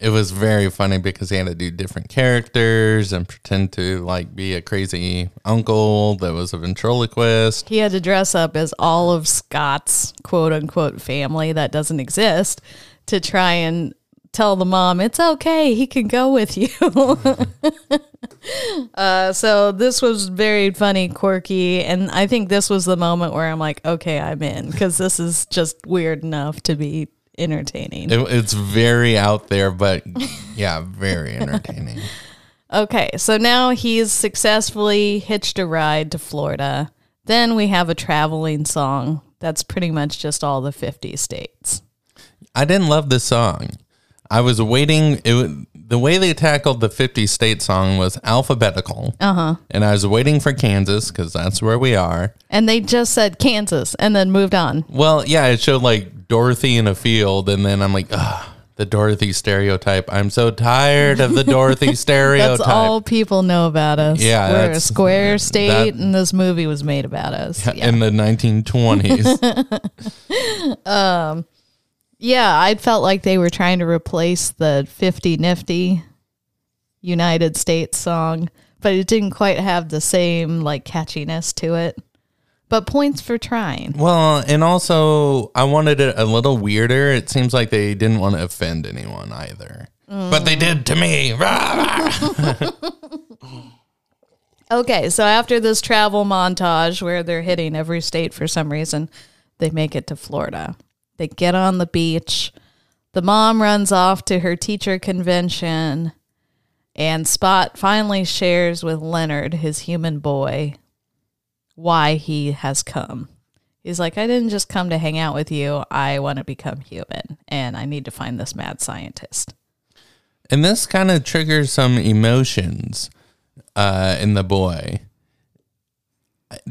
It was very funny because he had to do different characters and pretend to like be a crazy uncle that was a ventriloquist. He had to dress up as all of Scott's quote unquote family that doesn't exist to try and tell the mom it's okay. He can go with you. uh, so this was very funny, quirky, and I think this was the moment where I'm like, okay, I'm in because this is just weird enough to be entertaining. It, it's very out there, but yeah, very entertaining. Okay, so now he's successfully hitched a ride to Florida. Then we have a traveling song. That's pretty much just all the 50 states. I didn't love the song. I was waiting. It wa- the way they tackled the 50 state song was alphabetical, Uh huh. and I was waiting for Kansas because that's where we are. And they just said Kansas and then moved on. Well, yeah, it showed like Dorothy in a field, and then I'm like, ah, the Dorothy stereotype. I'm so tired of the Dorothy stereotype. That's all people know about us. Yeah, We're a that's- square state, that- and this movie was made about us. In the 1920s, um, yeah, I felt like they were trying to replace the 50 Nifty United States song, but it didn't quite have the same like catchiness to it. But points for trying. well, and also I wanted it a little weirder. It seems like they didn't want to offend anyone either, Mm. but they did to me. Okay, so after this travel montage where they're hitting every state for some reason, they make it to Florida. They get on the beach. The mom runs off to her teacher convention, and Spot finally shares with Leonard, his human boy, why he has come. He's like, I didn't just come to hang out with you. I want to become human, and I need to find this mad scientist. And this kind of triggers some emotions uh, in the boy.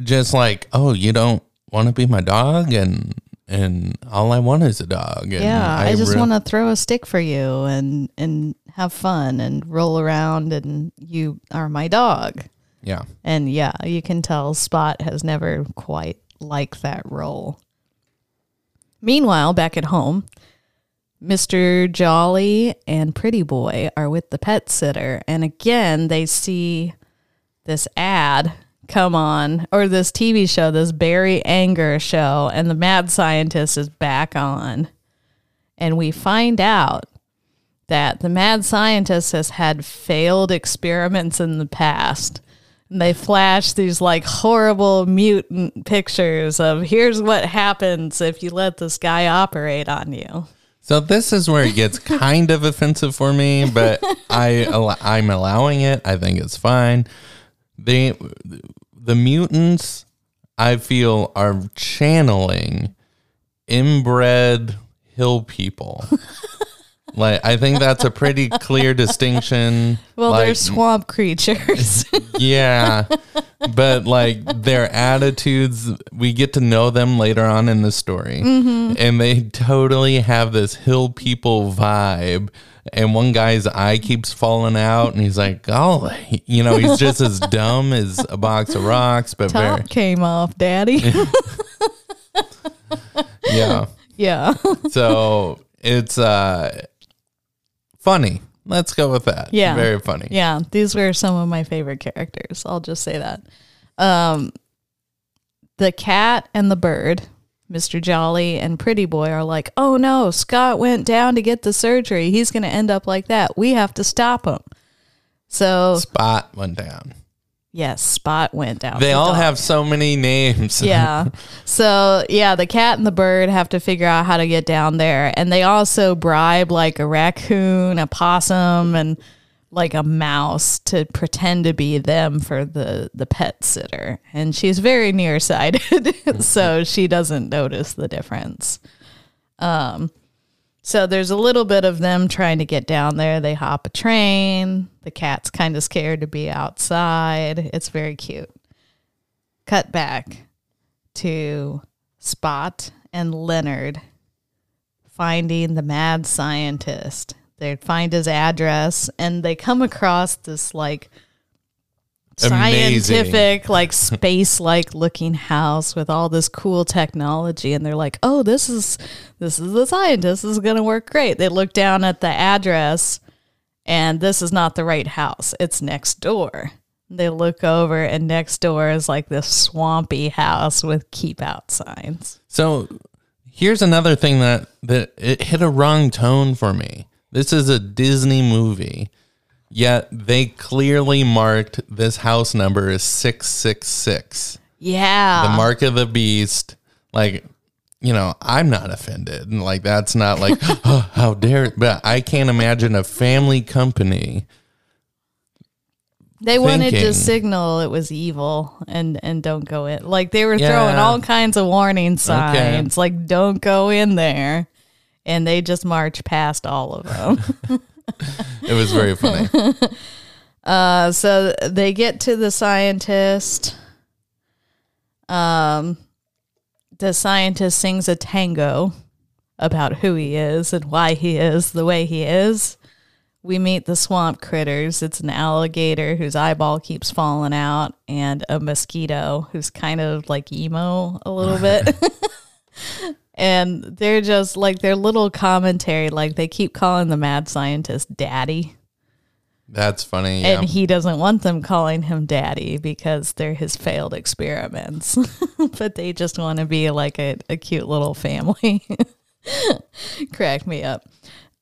Just like, oh, you don't want to be my dog, and and all I want is a dog. And yeah, I, just re- want to throw a stick for you and and have fun and roll around and you are my dog. Yeah, And yeah, you can tell Spot has never quite liked that role. Meanwhile, back at home, Mr. Jolly and Pretty Boy are with the pet sitter and again they see this ad come on or this TV show, this Barry Anger show and the mad scientist is back on and we find out that the mad scientist has had failed experiments in the past. And they flash these like horrible mutant pictures of here's what happens if you let this guy operate on you. So this is where it gets kind of offensive for me, but I al- I'm allowing it. I think it's fine. They the mutants I feel are channeling inbred hill people. like I think that's a pretty clear distinction. Well, they're Like, swamp creatures. yeah. But like their attitudes, we get to know them later on in the story. Mhm. And they totally have this hill people vibe. And one guy's eye keeps falling out, and he's like, "Oh, you know, he's just as dumb as a box of rocks, but Top very, came off, daddy. yeah." yeah. So it's uh funny. Let's go with that. Yeah. very funny. Yeah. These were some of my favorite characters. I'll just say that. Um, the cat and the bird, Mr. Jolly and Pretty Boy, are like, oh no, Scott went down to get the surgery. He's going to end up like that. We have to stop him. So, Spot went down. yes, Spot went down. They The all dog. have so many names. yeah. So yeah, the cat and the bird have to figure out how to get down there, and they also bribe like a raccoon, a possum, and like a mouse to pretend to be them for the the pet sitter. And she's very nearsighted, so she doesn't notice the difference. Um. So there's a little bit of them trying to get down there. They hop a train. The cat's kind of scared to be outside. It's very cute. Cut back to Spot and Leonard finding the mad scientist. They find his address and they come across this like Amazing. scientific, like space like looking house with all this cool technology. And they're like, oh, this is this is the scientist. This is gonna work great. They look down at the address and this is not the right house. It's next door. They look over, and next door is like this swampy house with keep out signs. So here's another thing that that it hit a wrong tone for me. This is a Disney movie. Yet they clearly marked this house number is 666. Yeah. The mark of the beast. Like you know, I'm not offended. And like that's not like "Oh, how dare but I can't imagine a family company They wanted to thinking. signal it was evil and and don't go in. Like they were throwing Yeah. all kinds of warning signs, like don't go in there. And they just march past all of them. It was very funny. Uh, so they get to the scientist. Um, the scientist sings a tango about who he is and why he is the way he is. We meet the swamp critters. It's an alligator whose eyeball keeps falling out, and a mosquito who's kind of like emo a little bit. and they're just like their little commentary, like they keep calling the mad scientist daddy. That's funny. Yeah. And he doesn't want them calling him daddy because they're his failed experiments. but they just want to be like a, a cute little family. Crack me up.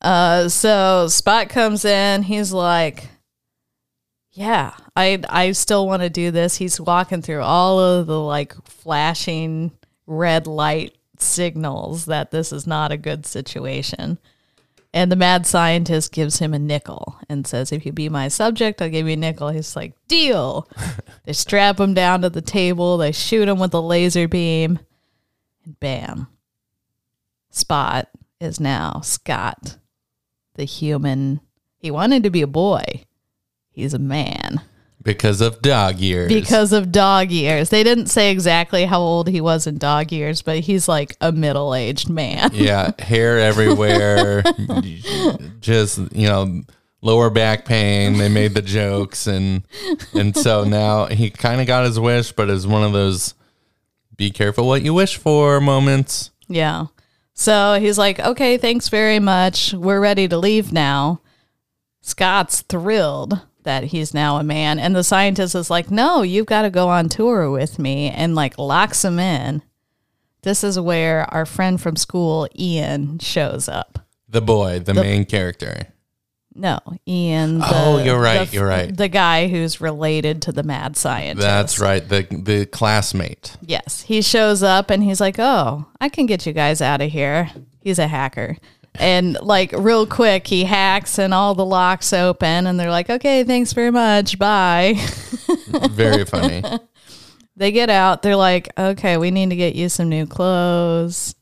Uh, so Spot comes in. He's like, yeah, I I still want to do this. He's walking through all of the like flashing red light signals that this is not a good situation. And the mad scientist gives him a nickel and says, "If you be my subject, I'll give you a nickel." He's like, "Deal." they strap him down to the table. They shoot him with a laser beam, and bam. Spot is now Scott, the human. He wanted to be a boy. He's a man because of dog years. because of dog years. They didn't say exactly how old he was in dog years, but he's like a middle aged man. yeah, hair everywhere. just you know, lower back pain. They made the jokes, and and so now he kind of got his wish, but it's one of those be careful what you wish for moments. Yeah. So he's like, okay, thanks very much. We're ready to leave now. Scott's thrilled that he's now a man. And the scientist is like, no, you've got to go on tour with me and like locks him in. This is where our friend from school, Ian, shows up. The boy, the, The- main character. No, Ian. The, Oh, you're right, the- you're right. The guy who's related to the mad scientist. That's right. The the classmate. Yes, he shows up and he's like, "Oh, I can get you guys out of here." He's a hacker, and like real quick, he hacks and all the locks open, and they're like, "Okay, thanks very much, bye." Very funny. they get out. They're like, "Okay, we need to get you some new clothes.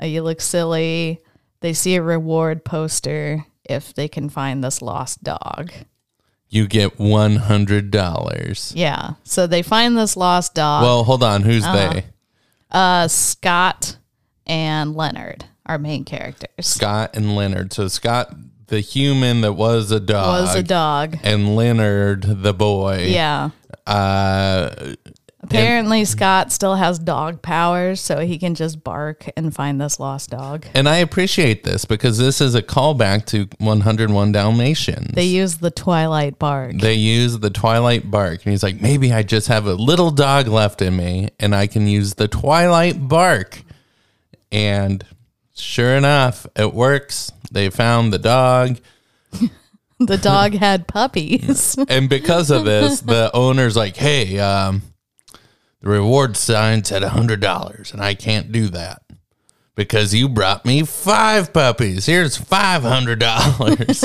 Uh, you look silly." They see a reward poster if they can find this lost dog. You get one hundred dollars. Yeah. So they find this lost dog. Well, hold on. Who's Uh-huh. they? Uh, Scott and Leonard, our main characters. Scott and Leonard. So Scott, the human that was a dog, Was a dog. and Leonard, the boy. Yeah. Uh, Apparently, Scott still has dog powers, so he can just bark and find this lost dog. and I appreciate this because this is a callback to 101 Dalmatians. They use the Twilight bark. They use the Twilight bark, and he's like, maybe I just have a little dog left in me, and I can use the Twilight bark. And sure enough, it works. They found the dog. The dog had puppies. and because of this, the owner's like, "Hey, um, the reward sign said a hundred dollars, and I can't do that because you brought me five puppies. Here's five hundred dollars."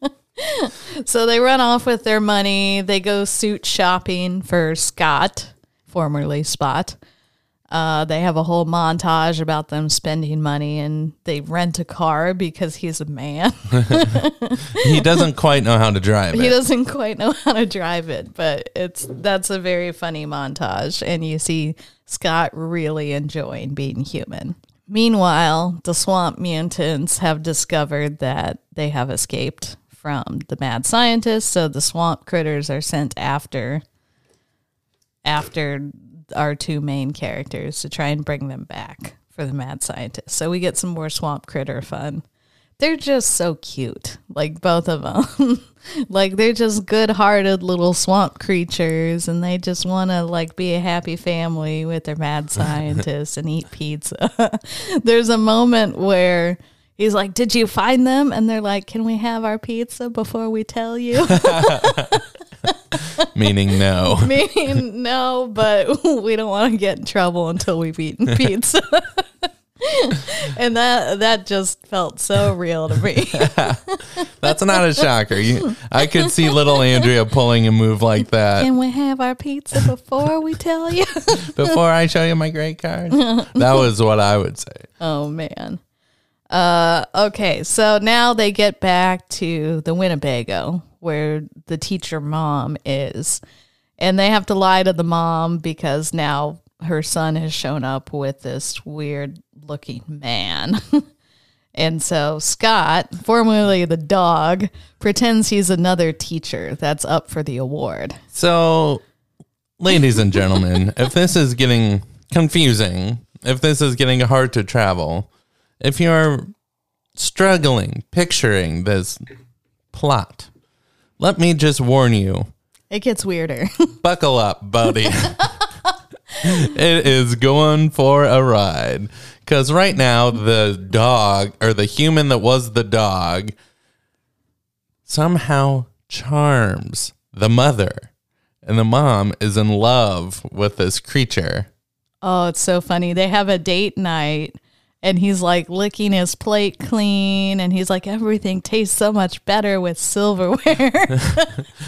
so they run off with their money. They go suit shopping for Scott, formerly Spot. Uh, they have a whole montage about them spending money and they rent a car because he's a man. he doesn't quite know how to drive he it. doesn't quite know how to drive it, but it's that's a very funny montage, and you see Scott really enjoying being human. Meanwhile, the swamp mutants have discovered that they have escaped from the mad scientist, so the swamp critters are sent after after our two main characters to try and bring them back for the mad scientist. So we get some more swamp critter fun. They're just so cute, like both of them. like they're just good-hearted little swamp creatures and they just want to like be a happy family with their mad scientist and eat pizza. There's a moment where he's like, "Did you find them?" and they're like, "Can we have our pizza before we tell you?" Meaning, no. mean, no, but we don't want to get in trouble until we've eaten pizza. and that that just felt so real to me. That's not a shocker. You, I could see little Andrea pulling a move like that. Can we have our pizza before we tell you? Before I show you my great card, that was what I would say. Oh man. Uh okay, so now they get back to the Winnebago where the teacher mom is. And they have to lie to the mom because now her son has shown up with this weird looking man. and so Scott, formerly the dog, pretends he's another teacher that's up for the award. So, ladies and gentlemen, if this is getting confusing, if this is getting hard to travel, if you're struggling picturing this plot, let me just warn you It gets weirder. buckle up, buddy. it is going for a ride. Because right now, the dog or the human that was the dog somehow charms the mother. And the mom is in love with this creature. Oh, it's so funny. They have a date night and he's like licking his plate clean and he's like everything tastes so much better with silverware.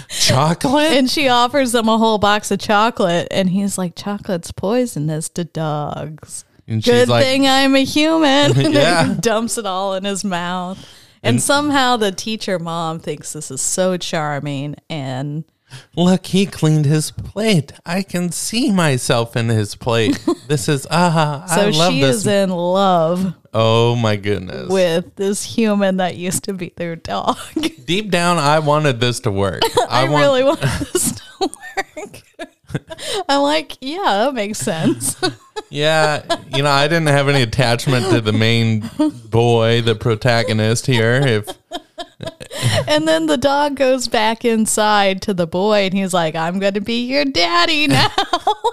Chocolate? and she offers him a whole box of chocolate and he's like chocolate's poisonous to dogs. And she's Good like- thing I'm a human. And Yeah. he dumps it all in his mouth. And, somehow the teacher mom thinks this is so charming and Look, he cleaned his plate. I can see myself in his plate. This is, ah, I so love she this. is in love oh my goodness. with this human that used to be their dog. Deep down, I wanted this to work. I, want- really want this to work. I'm like, yeah, that makes sense. Yeah, you know, I didn't have any attachment to the main boy, the protagonist here. If and then the dog goes back inside to the boy and he's like, I'm going to be your daddy now.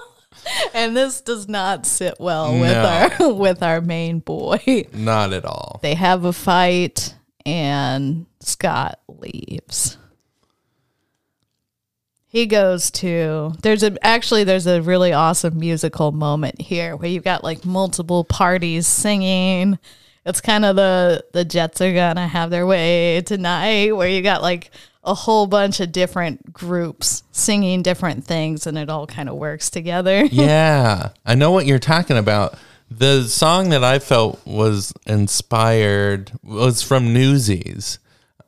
and this does not sit well with our with our main boy. not at all. They have a fight and Scott leaves. He goes to there's a actually there's a really awesome musical moment here where you've got like multiple parties singing. It's kind of the the Jets are gonna have their way tonight, where you got like a whole bunch of different groups singing different things, and it all kind of works together. yeah, I know what you're talking about. The song that I felt was inspired was from Newsies.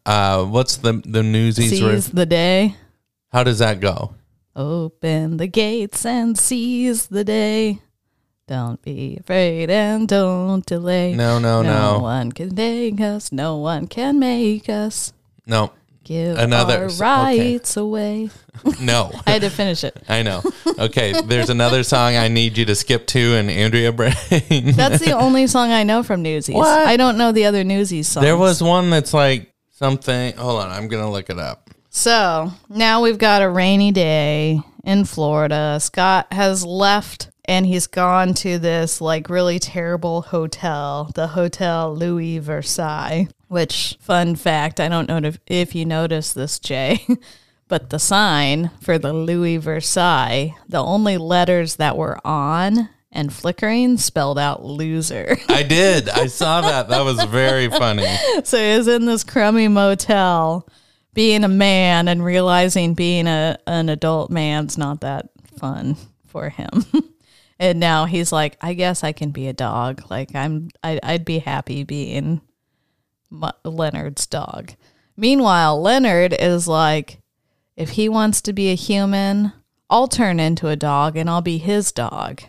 Uh, what's the the Newsies? riff? Seize the day, How does that go? open the gates and seize the day. Don't be afraid and don't delay. No, no, no. No one can take us. No one can make us. No, Give Another- our okay. rights away. no. I had to finish it. I know. Okay, there's another song I need you to skip to, and Andrea Brain. That's the only song I know from Newsies. What? I don't know the other Newsies songs. There was one that's like something. Hold on, I'm gonna look it up. So now we've got a rainy day in Florida. Scott has left and he's gone to this like really terrible hotel, the Hotel Louis Versailles, which, fun fact, I don't know if, if you noticed this, Jay, but the sign for the Louis Versailles, the only letters that were on and flickering spelled out loser. I did. I saw that. That was very funny. so he was in this crummy motel being a man and realizing being a an adult man's not that fun for him and now he's like i guess i can be a dog like i'm I, i'd be happy being Mu- leonard's dog meanwhile leonard is like if he wants to be a human i'll turn into a dog and i'll be his dog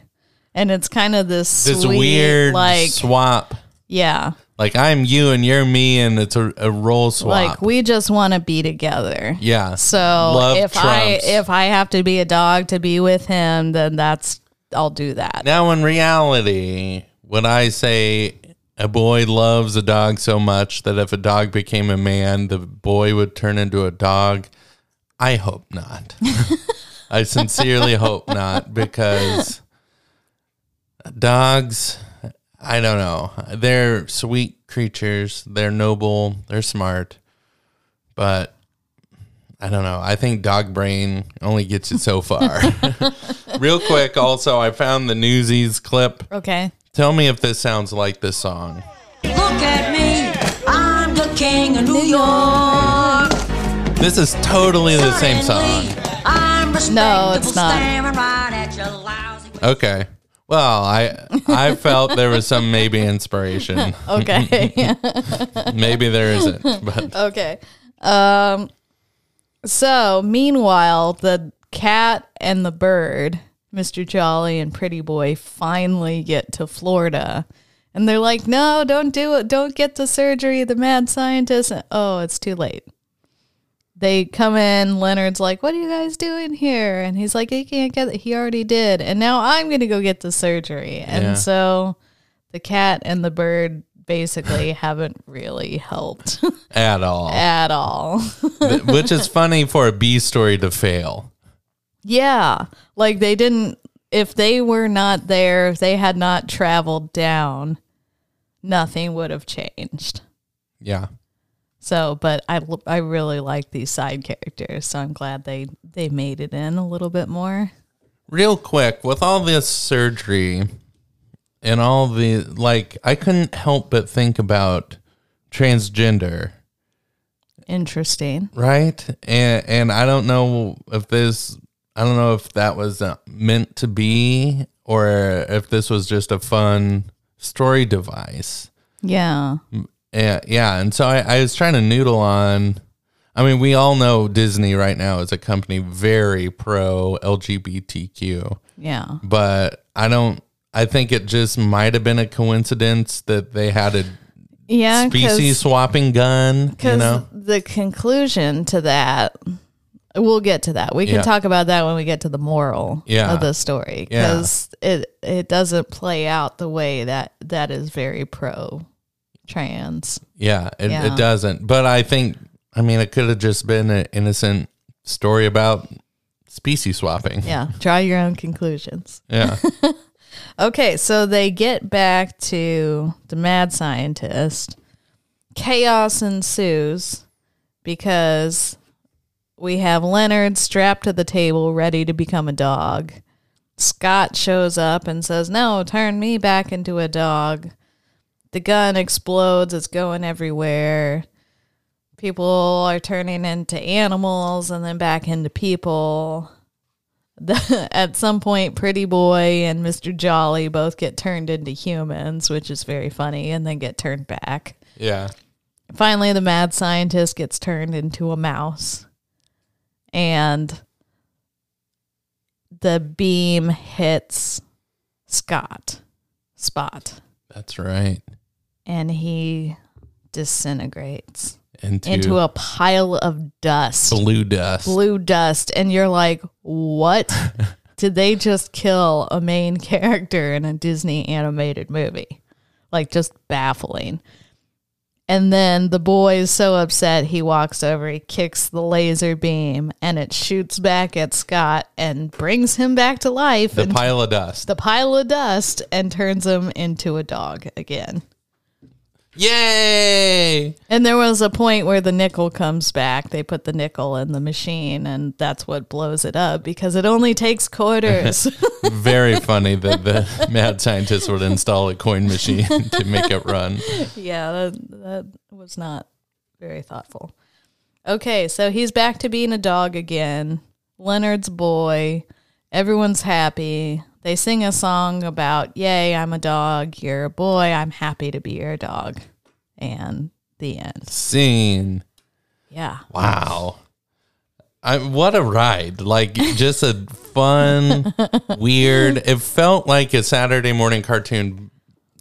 and it's kind of this, This sweet, weird like swap. yeah Like I'm you and you're me, and it's a, a role swap. Like we just want to be together. yeah. So Love if I trumps. if I have to be a dog to be with him, then that's I'll do that. Now, in reality, would I say a boy loves a dog so much that if a dog became a man, the boy would turn into a dog? I hope not. I sincerely hope not because dogs, I don't know. They're sweet creatures, they're noble, they're smart, but I don't know. I think dog brain only gets you so far. Real quick, also, I found the Newsies clip. Okay. Tell me if this sounds like this song. Look at me. I'm the king of New York. This is totally the same song. I'm No, it's not. staring right at your lousy. Okay. Well, I I felt there was some maybe inspiration. Okay. maybe there isn't, but okay. Um so meanwhile, the cat and the bird, Mr. Jolly and Pretty Boy finally get to Florida. And they're like, "No, don't do it. Don't get the surgery, the mad scientist." Oh, it's too late. They come in, Leonard's like, "What are you guys doing here?" And he's like, "He can't get it. He already did. And now I'm going to go get the surgery." And Yeah. so the cat and the bird basically haven't really helped at all. at all. Th- Which is funny for a B story to fail. yeah. Like they didn't, if they were not there, if they had not traveled down, nothing would have changed. Yeah. So, but I, l- I really like these side characters. So I'm glad they, they made it in a little bit more. Real quick, with all this surgery and all the like I couldn't help but think about transgender Interesting. right and and i don't know if this i don't know if that was uh, meant to be or if this was just a fun story device Yeah. yeah yeah and so I, I was trying to noodle on i mean we all know disney right now is a company very pro lgbtq Yeah. but i don't i think it just might have been a coincidence that they had a Yeah. 'cause- species swapping gun you Because know the conclusion to that, we'll get to that. We can Yeah. talk about that when we get to the moral Yeah. of the story Yeah. because it it doesn't play out the way that that is very pro trans. Yeah, it, Yeah. it doesn't. But I think, I mean, it could have just been an innocent story about species swapping. Yeah, draw your own conclusions. Yeah. Okay, so they get back to the mad scientist. Chaos ensues because we have Leonard strapped to the table, ready to become a dog. Scott shows up and says, No, turn me back into a dog. the gun explodes, it's going everywhere. People are turning into animals and then back into people. The, at some point, Pretty Boy and Mr. Jolly both get turned into humans, which is very funny, and then get turned back. Yeah. Finally, the mad scientist gets turned into a mouse. And the beam hits Scott. Spot. That's right. And he disintegrates Into, into a pile of dust. blue dust. Blue dust. And you're like, what? Did they just kill a main character in a Disney animated movie? Like, just baffling. And then the boy is so upset, he walks over, he kicks the laser beam, and it shoots back at Scott and brings him back to life. The and pile of dust. the pile of dust and turns him into a dog again. Yay! And there was a point where the nickel comes back. They put the nickel in the machine, and that's what blows it up because it only takes quarters. Very funny that the mad scientist would install a coin machine to make it run. yeah, that, that was not very thoughtful. Okay, so he's back to being a dog again. Leonard's boy. Everyone's happy. They sing a song about, Yay, I'm a dog. You're a boy. I'm happy to be your dog. And the end. Scene. Yeah. Wow. I, what a ride. Like, just a fun, weird. It felt like a Saturday morning cartoon,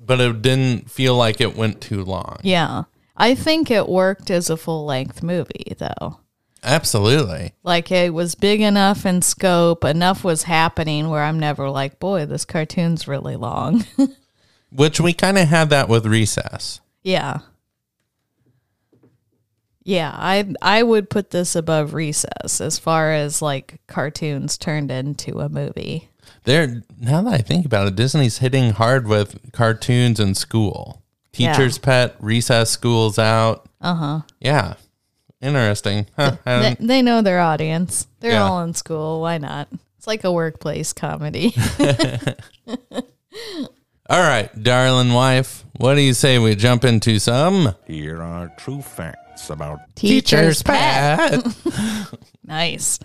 but it didn't feel like it went too long. Yeah. I think it worked as a full length movie, though. Absolutely. Like it was big enough in scope, enough was happening where I'm never like, boy, this cartoon's really long. Which we kind of had that with Recess. yeah. Yeah, I I would put this above Recess as far as like cartoons turned into a movie. They're now that I think about it, Disney's hitting hard with cartoons in school. Yeah. Teacher's pet, recess school's out. Uh-huh. Yeah. Interesting. Huh, I They, don't- they know their audience. They're Yeah. all in school. Why not? It's like a workplace comedy. All right, darling wife, what do you say we jump into some? Here are true facts about Teacher's pet. Nice.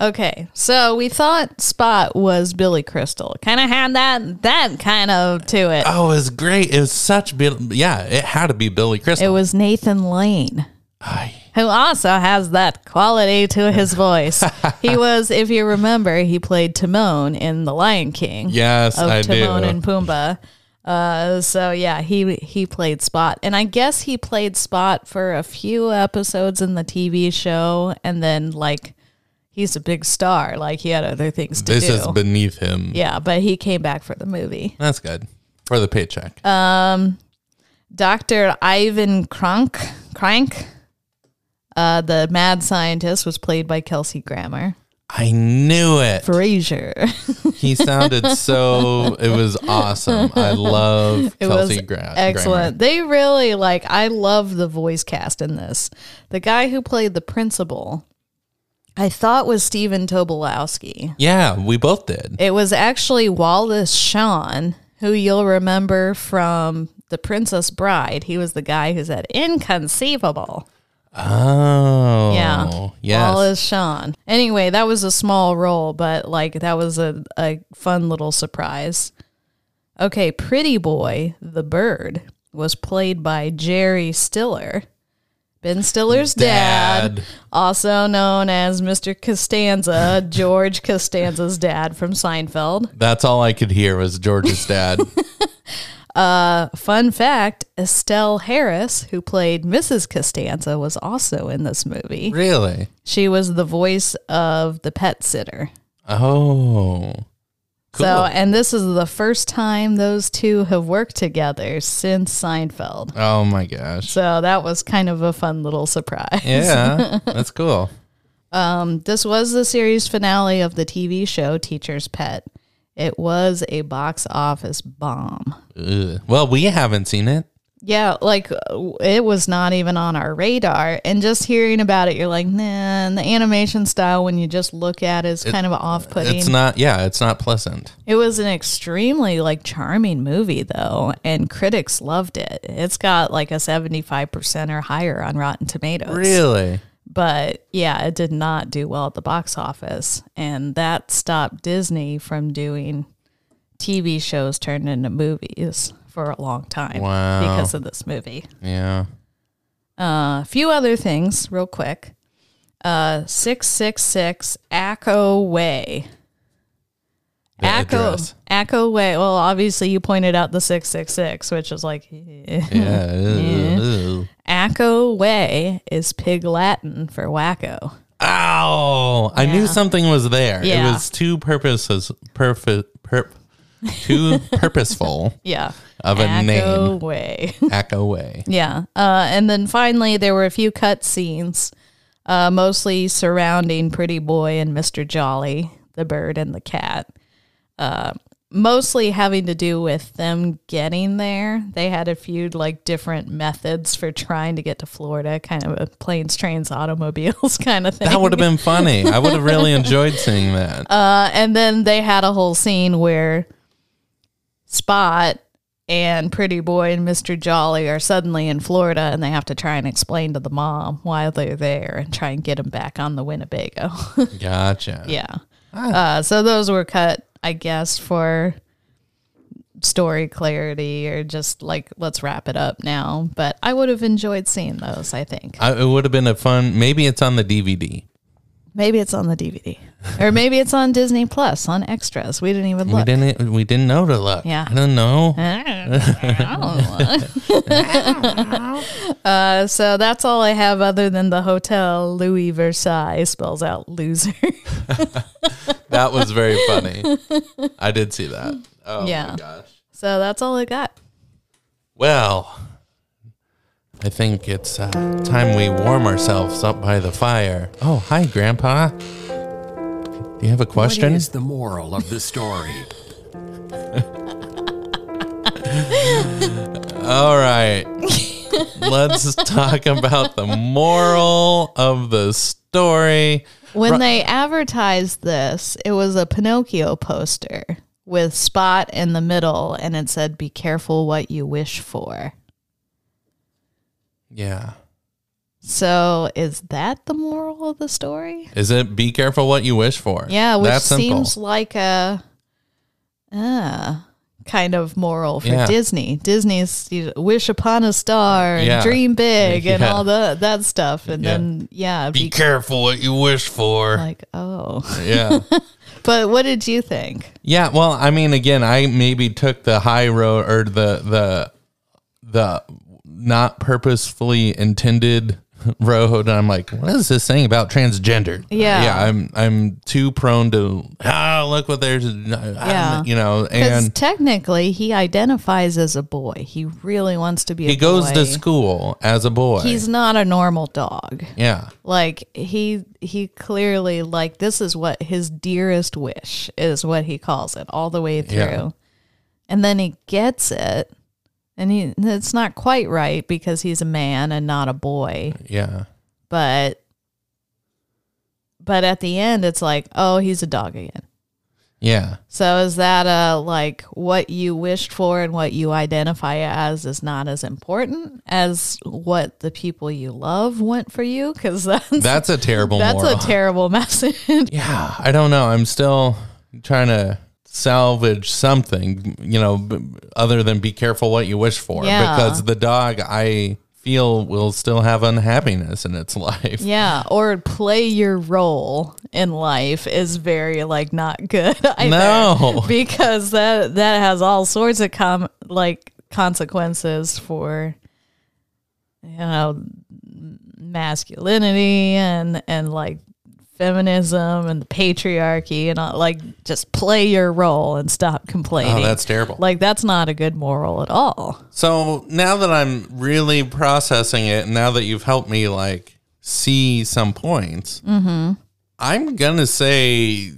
Okay, so we thought Spot was Billy Crystal. Kind of had that that kind of to it. Oh, it was great. It was such Bill. Yeah, it had to be Billy Crystal. It was Nathan Lane, who also has that quality to his voice. he was, if you remember, he played Timon in The Lion King. Yes, of I do. Timon and Pumbaa. Uh, so yeah, he he played Spot, and I guess he played Spot for a few episodes in the TV show, and then like he's a big star, like he had other things to this do. is beneath him. yeah, but he came back for the movie. That's good. For the paycheck. Um, Dr. Ivan Kronk, Krank, uh, the mad scientist, was played by Kelsey Grammer. I knew it. Frasier. He sounded so it was awesome. I love It Kelsey was Gra- excellent. They really like. I love the voice cast in this. The guy who played the principal, I thought was Stephen Tobolowsky. Yeah, we both did. It was actually Wallace Shawn, who you'll remember from The Princess Bride. He was the guy who said inconceivable. Oh. Yeah. Yes. Wallace Shawn. Anyway, that was a small role, but like that was a, a fun little surprise. Okay, Pretty Boy, the bird, was played by Jerry Stiller. Ben Stiller's dad, Dad. also known as Mr. Costanza, George Costanza's dad from Seinfeld. That's all I could hear was George's dad. Uh, fun fact Estelle Harris, who played Mrs. Costanza, was also in this movie. really? She was the voice of the pet sitter. Oh. Cool. So, and this is the first time those two have worked together since Seinfeld. oh my gosh. So that was kind of a fun little surprise. Yeah. that's cool. um, this was the series finale of the TV show Teacher's Pet. It was a box office bomb. Ugh. Well, we haven't seen it. Yeah, like w- it was not even on our radar. And just hearing about it, you're like, nah, and the animation style, when you just look at it, is kind of off putting. It's not. Yeah, it's not pleasant. It was an extremely like charming movie though, and critics loved it. It's got like a 75% or higher on Rotten Tomatoes. Really? But yeah, it did not do well at the box office, and that stopped Disney from doing TV shows turned into movies for a long time Wow. because of this movie. Yeah. Uh, a few other things, real quick. Uh, six six six Acco Way. The Acco address. Acco Way. Well, obviously you pointed out the six six six, which is like eh. Yeah. ew, ew. Acco Way is Pig Latin for wacko. Ow! I knew something was there. Yeah. It was too purposes perfect perp too purposeful Yeah, of a Acco name. Way. Ack away. Yeah. Uh, and then finally, there were a few cut scenes, uh, mostly surrounding Pretty Boy and Mr. Jolly, the bird and the cat. Uh, mostly having to do with them getting there. They had a few like different methods for trying to get to Florida, kind of a planes, trains, automobiles kind of thing. That would have been funny. I would have really enjoyed seeing that. Uh, and then they had a whole scene where Spot and Pretty Boy and Mr. Jolly are suddenly in Florida and they have to try and explain to the mom why they're there and try and get them back on the Winnebago. Gotcha. yeah. Uh, so those were cut, I guess, for story clarity or just like, let's wrap it up now. But I would have enjoyed seeing those, I think. I, it would have been a fun. Maybe it's on the DVD. Maybe it's on the DVD or maybe it's on Disney Plus on extras. We didn't even We look. didn't. We didn't know to look. Yeah. I don't know. uh, so that's all I have other than the hotel Louis Versailles spells out loser. that was very funny. I did see that. Oh yeah. my gosh. So that's all I got. Well, I think it's uh, time we warm ourselves up by the fire. Oh, hi, Grandpa. Do you have a question? What is the moral of the story? All right. Let's talk about the moral of the story. When Ru- they advertised this, it was a Pinocchio poster with Spot in the middle and it said, Be careful what you wish for. Yeah. So is that the moral of the story? Is it be careful what you wish for? Yeah, which That's simple. seems like a uh, kind of moral for Yeah. Disney. Disney's you know, wish upon a star and Yeah. dream big and Yeah. all the that stuff. And Yeah. then yeah, be, careful what you wish for. like oh Yeah. but what did you think? Yeah, well, I mean, again, I maybe took the high road or the the the not purposefully intended road, and I'm like, what is this thing about transgender? Yeah. yeah, I'm I'm too prone to ah, look what there's, Yeah. yeah. you know, Because and technically, he identifies as a boy. He really wants to be. a he goes boy. to school as a boy. He's not a normal dog. yeah, Like he he clearly like this is what his dearest wish is what he calls it all the way through. Yeah. And then he gets it and he it's not quite right because he's a man and not a boy. yeah, But but at the end it's like, oh, he's a dog again. yeah. So is that a like what you wished for and what you identify as is not as important as what the people you love want for you? Because that's That's a terrible. that's moral. a terrible message. Yeah, I don't know. I'm still trying to salvage something, you know, b- other than be careful what you wish for Yeah. because the dog I feel will still have unhappiness in its life. Yeah, or play your role in life is very like not good. Either, No. because that that has all sorts of com like consequences for you know masculinity and and like feminism and the patriarchy and all, like just play your role and stop complaining. Oh, that's terrible. Like that's not a good moral at all. So now that I'm really processing it, now that you've helped me like see some points, Mhm. I'm going to say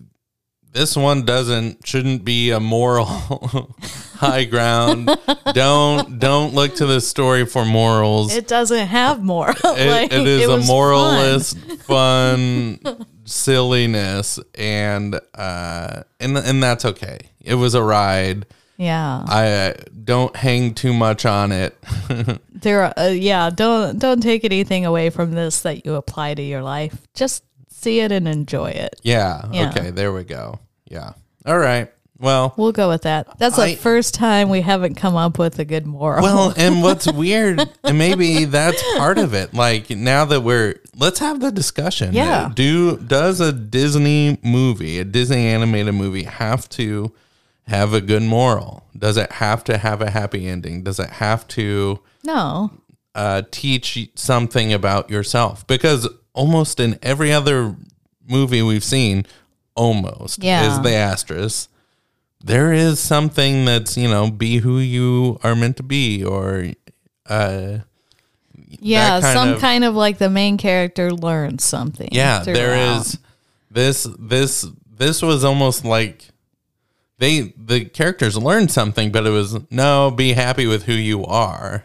this one doesn't shouldn't be a moral high ground. don't don't look to this story for morals. It doesn't have more. It- it is a moralist fun. silliness and uh and and that's okay. It was a ride. Yeah. I uh, don't hang too much on it. there are, uh, yeah, don't don't take anything away from this that you apply to your life. Just see it and enjoy it. yeah, Yeah. Okay. There we go. Yeah. All right. Well. We'll go with that. That's I- the first time we haven't come up with a good moral. Well, and what's weird, and maybe that's part of it. Like now that we're, let's have the discussion. Yeah. Do does a Disney movie, a Disney animated movie, have to have a good moral? Does it have to have a happy ending? Does it have to? no. uh, teach something about yourself because almost in every other movie we've seen, almost Yeah. is the asterisk. There is something that's you know be who you are meant to be or uh Yeah, that kind some of- kind of like the main character learns something. yeah there throughout. is this this this was almost like they the characters learned something but it was no be happy with who you are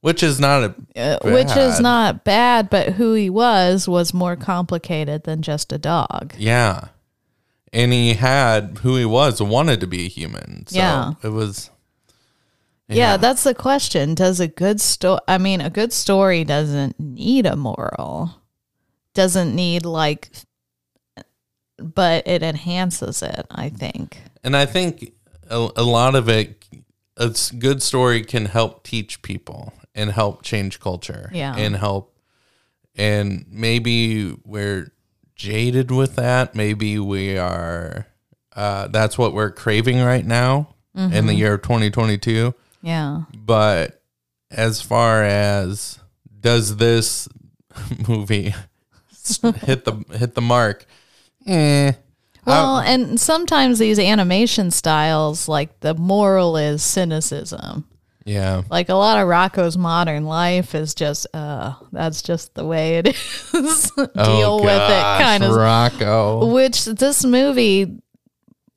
which is not a Uh, which bad. is not bad, but who he was was more complicated than just a dog. Yeah. And he had who he was wanted to be a human. So Yeah. It was Yeah. that's the question. Does a good story, I mean, a good story doesn't need a moral, doesn't need like, but it enhances it, I think. and I think a, a lot of it a s- good story can help teach people and help change culture. Yeah. And help and maybe we're jaded with that. Maybe we are uh that's what we're craving right now in the Mhm. year of 2022. Yeah. But as far as does this movie hit the hit the mark? Eh. Well, and sometimes these animation styles, like the moral is cynicism. Yeah. Like a lot of Rocco's modern life is just, uh, that's just the way it is. Deal with it, kind of. Oh, Rocco. Which this movie,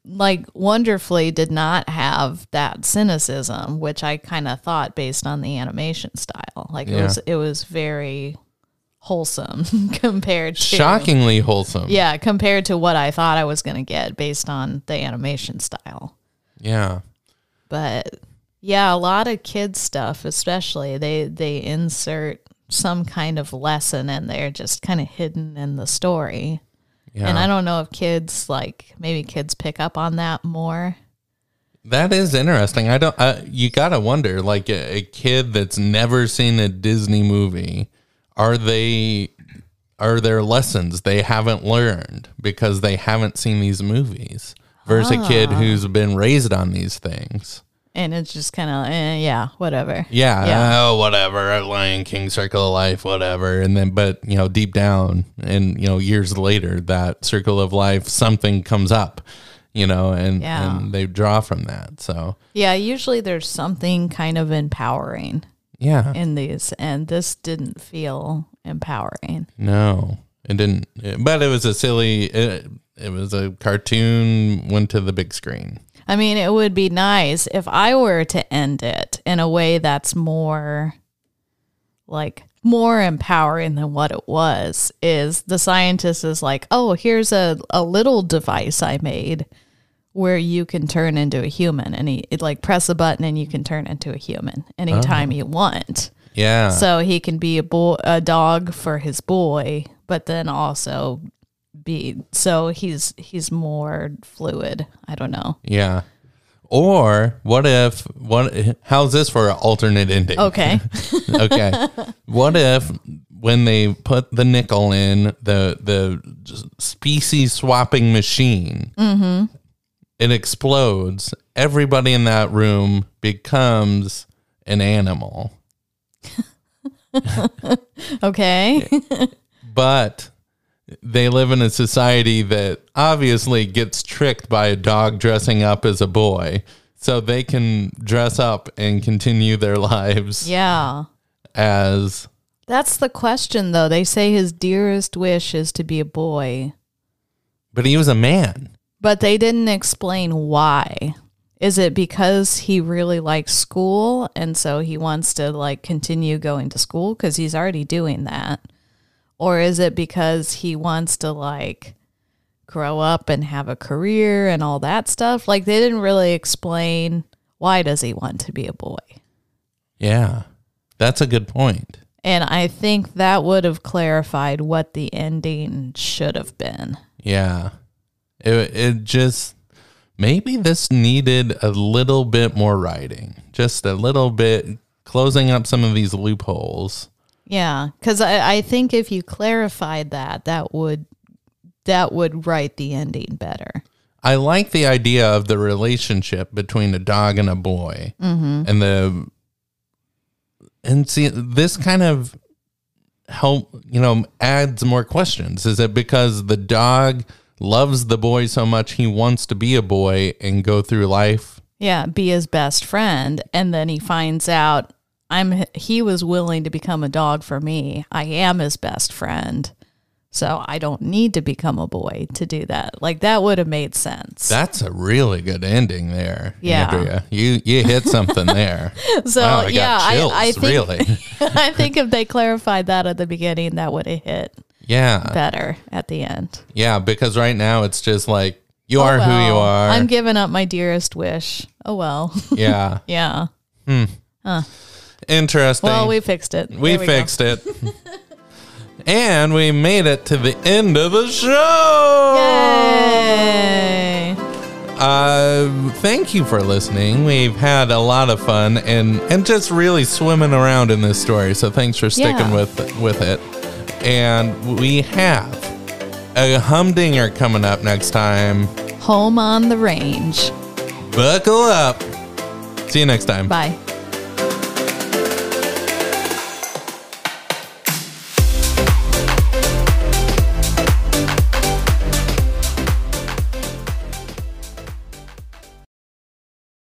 like, wonderfully did not have that cynicism, which I kind of thought based on the animation style. Like it Yeah. was, it was very wholesome compared to Shockingly wholesome. Yeah, compared to what I thought I was going to get based on the animation style. Yeah. But yeah, a lot of kids stuff, especially they they insert some kind of lesson in there, just kind of hidden in the story. And Yeah. I don't know if kids like maybe kids pick up on that more. That is interesting. I don't. Uh, you gotta wonder, like a, a kid that's never seen a Disney movie, are they? Are there lessons they haven't learned because they haven't seen these movies? Versus a kid Ah. who's been raised on these things. And it's just kind of eh, yeah, whatever. Yeah. Oh, whatever. uh, Lion King, Circle of Life, whatever. And then, but you know, deep down, and you know, years later, that Circle of Life, something comes up, you know, and Yeah. and they draw from that. So Yeah, usually there's something kind of empowering. Yeah. In these, and this didn't feel empowering. no, it didn't. it- but it was a silly. It, it was a cartoon. Went to the big screen. I mean, it would be nice if I were to end it in a way that's more like more empowering than what it was is the scientist is like, "Oh, here's a a little device I made where you can turn into a human." And he it like press a button and you can turn into a human anytime Oh. you want. Yeah. So he can be a boy, a dog for his boy, but then also be so he's he's more fluid. I don't know. Yeah. Or what if what? How's this for an alternate ending? Okay. okay. What if when they put the nickel in the the species swapping machine, Mm-hmm. it explodes. Everybody in that room becomes an animal, Okay. but they live in a society that obviously gets tricked by a dog dressing up as a boy. So they can dress up and continue their lives yeah. as That's the question, though. They say his dearest wish is to be a boy, but he was a man. but they didn't explain why. Is it because he really likes school and so he wants to like continue going to school because he's already doing that? Or is it because he wants to like grow up and have a career and all that stuff? Like they didn't really explain why does he want to be a boy? Yeah. That's a good point. And I think that would have clarified what the ending should have been. Yeah. It it just maybe this needed a little bit more writing. Just a little bit closing up some of these loopholes. Yeah, because I, I think if you clarified that, that would that would write the ending better. I like the idea of the relationship between a dog and a boy, Mhm. and the and see this kind of help you know adds more questions. Is it because the dog loves the boy so much he wants to be a boy and go through life? Yeah, be his best friend, and then he finds out I'm he was willing to become a dog for me. I am his best friend. So I don't need to become a boy to do that. Like that would have made sense. That's a really good ending there. Yeah. Andrea. you you hit something there. So Wow, I got yeah, I, chills, I think really. I think if they clarified that at the beginning, that would have hit Yeah. better at the end. Yeah, because right now it's just like you Oh, are who you well, are. I'm giving up my dearest wish. Oh well. Yeah. yeah. Hmm. Huh. Interesting. Well, we fixed it. We There go. fixed it. and we made it to the end of the show. Yay. Uh, thank you for listening. We've had a lot of fun and and just really swimming around in this story. So thanks for sticking Yeah. with with it. And we have a humdinger coming up next time. Home on the range. Buckle up. See you next time. Bye.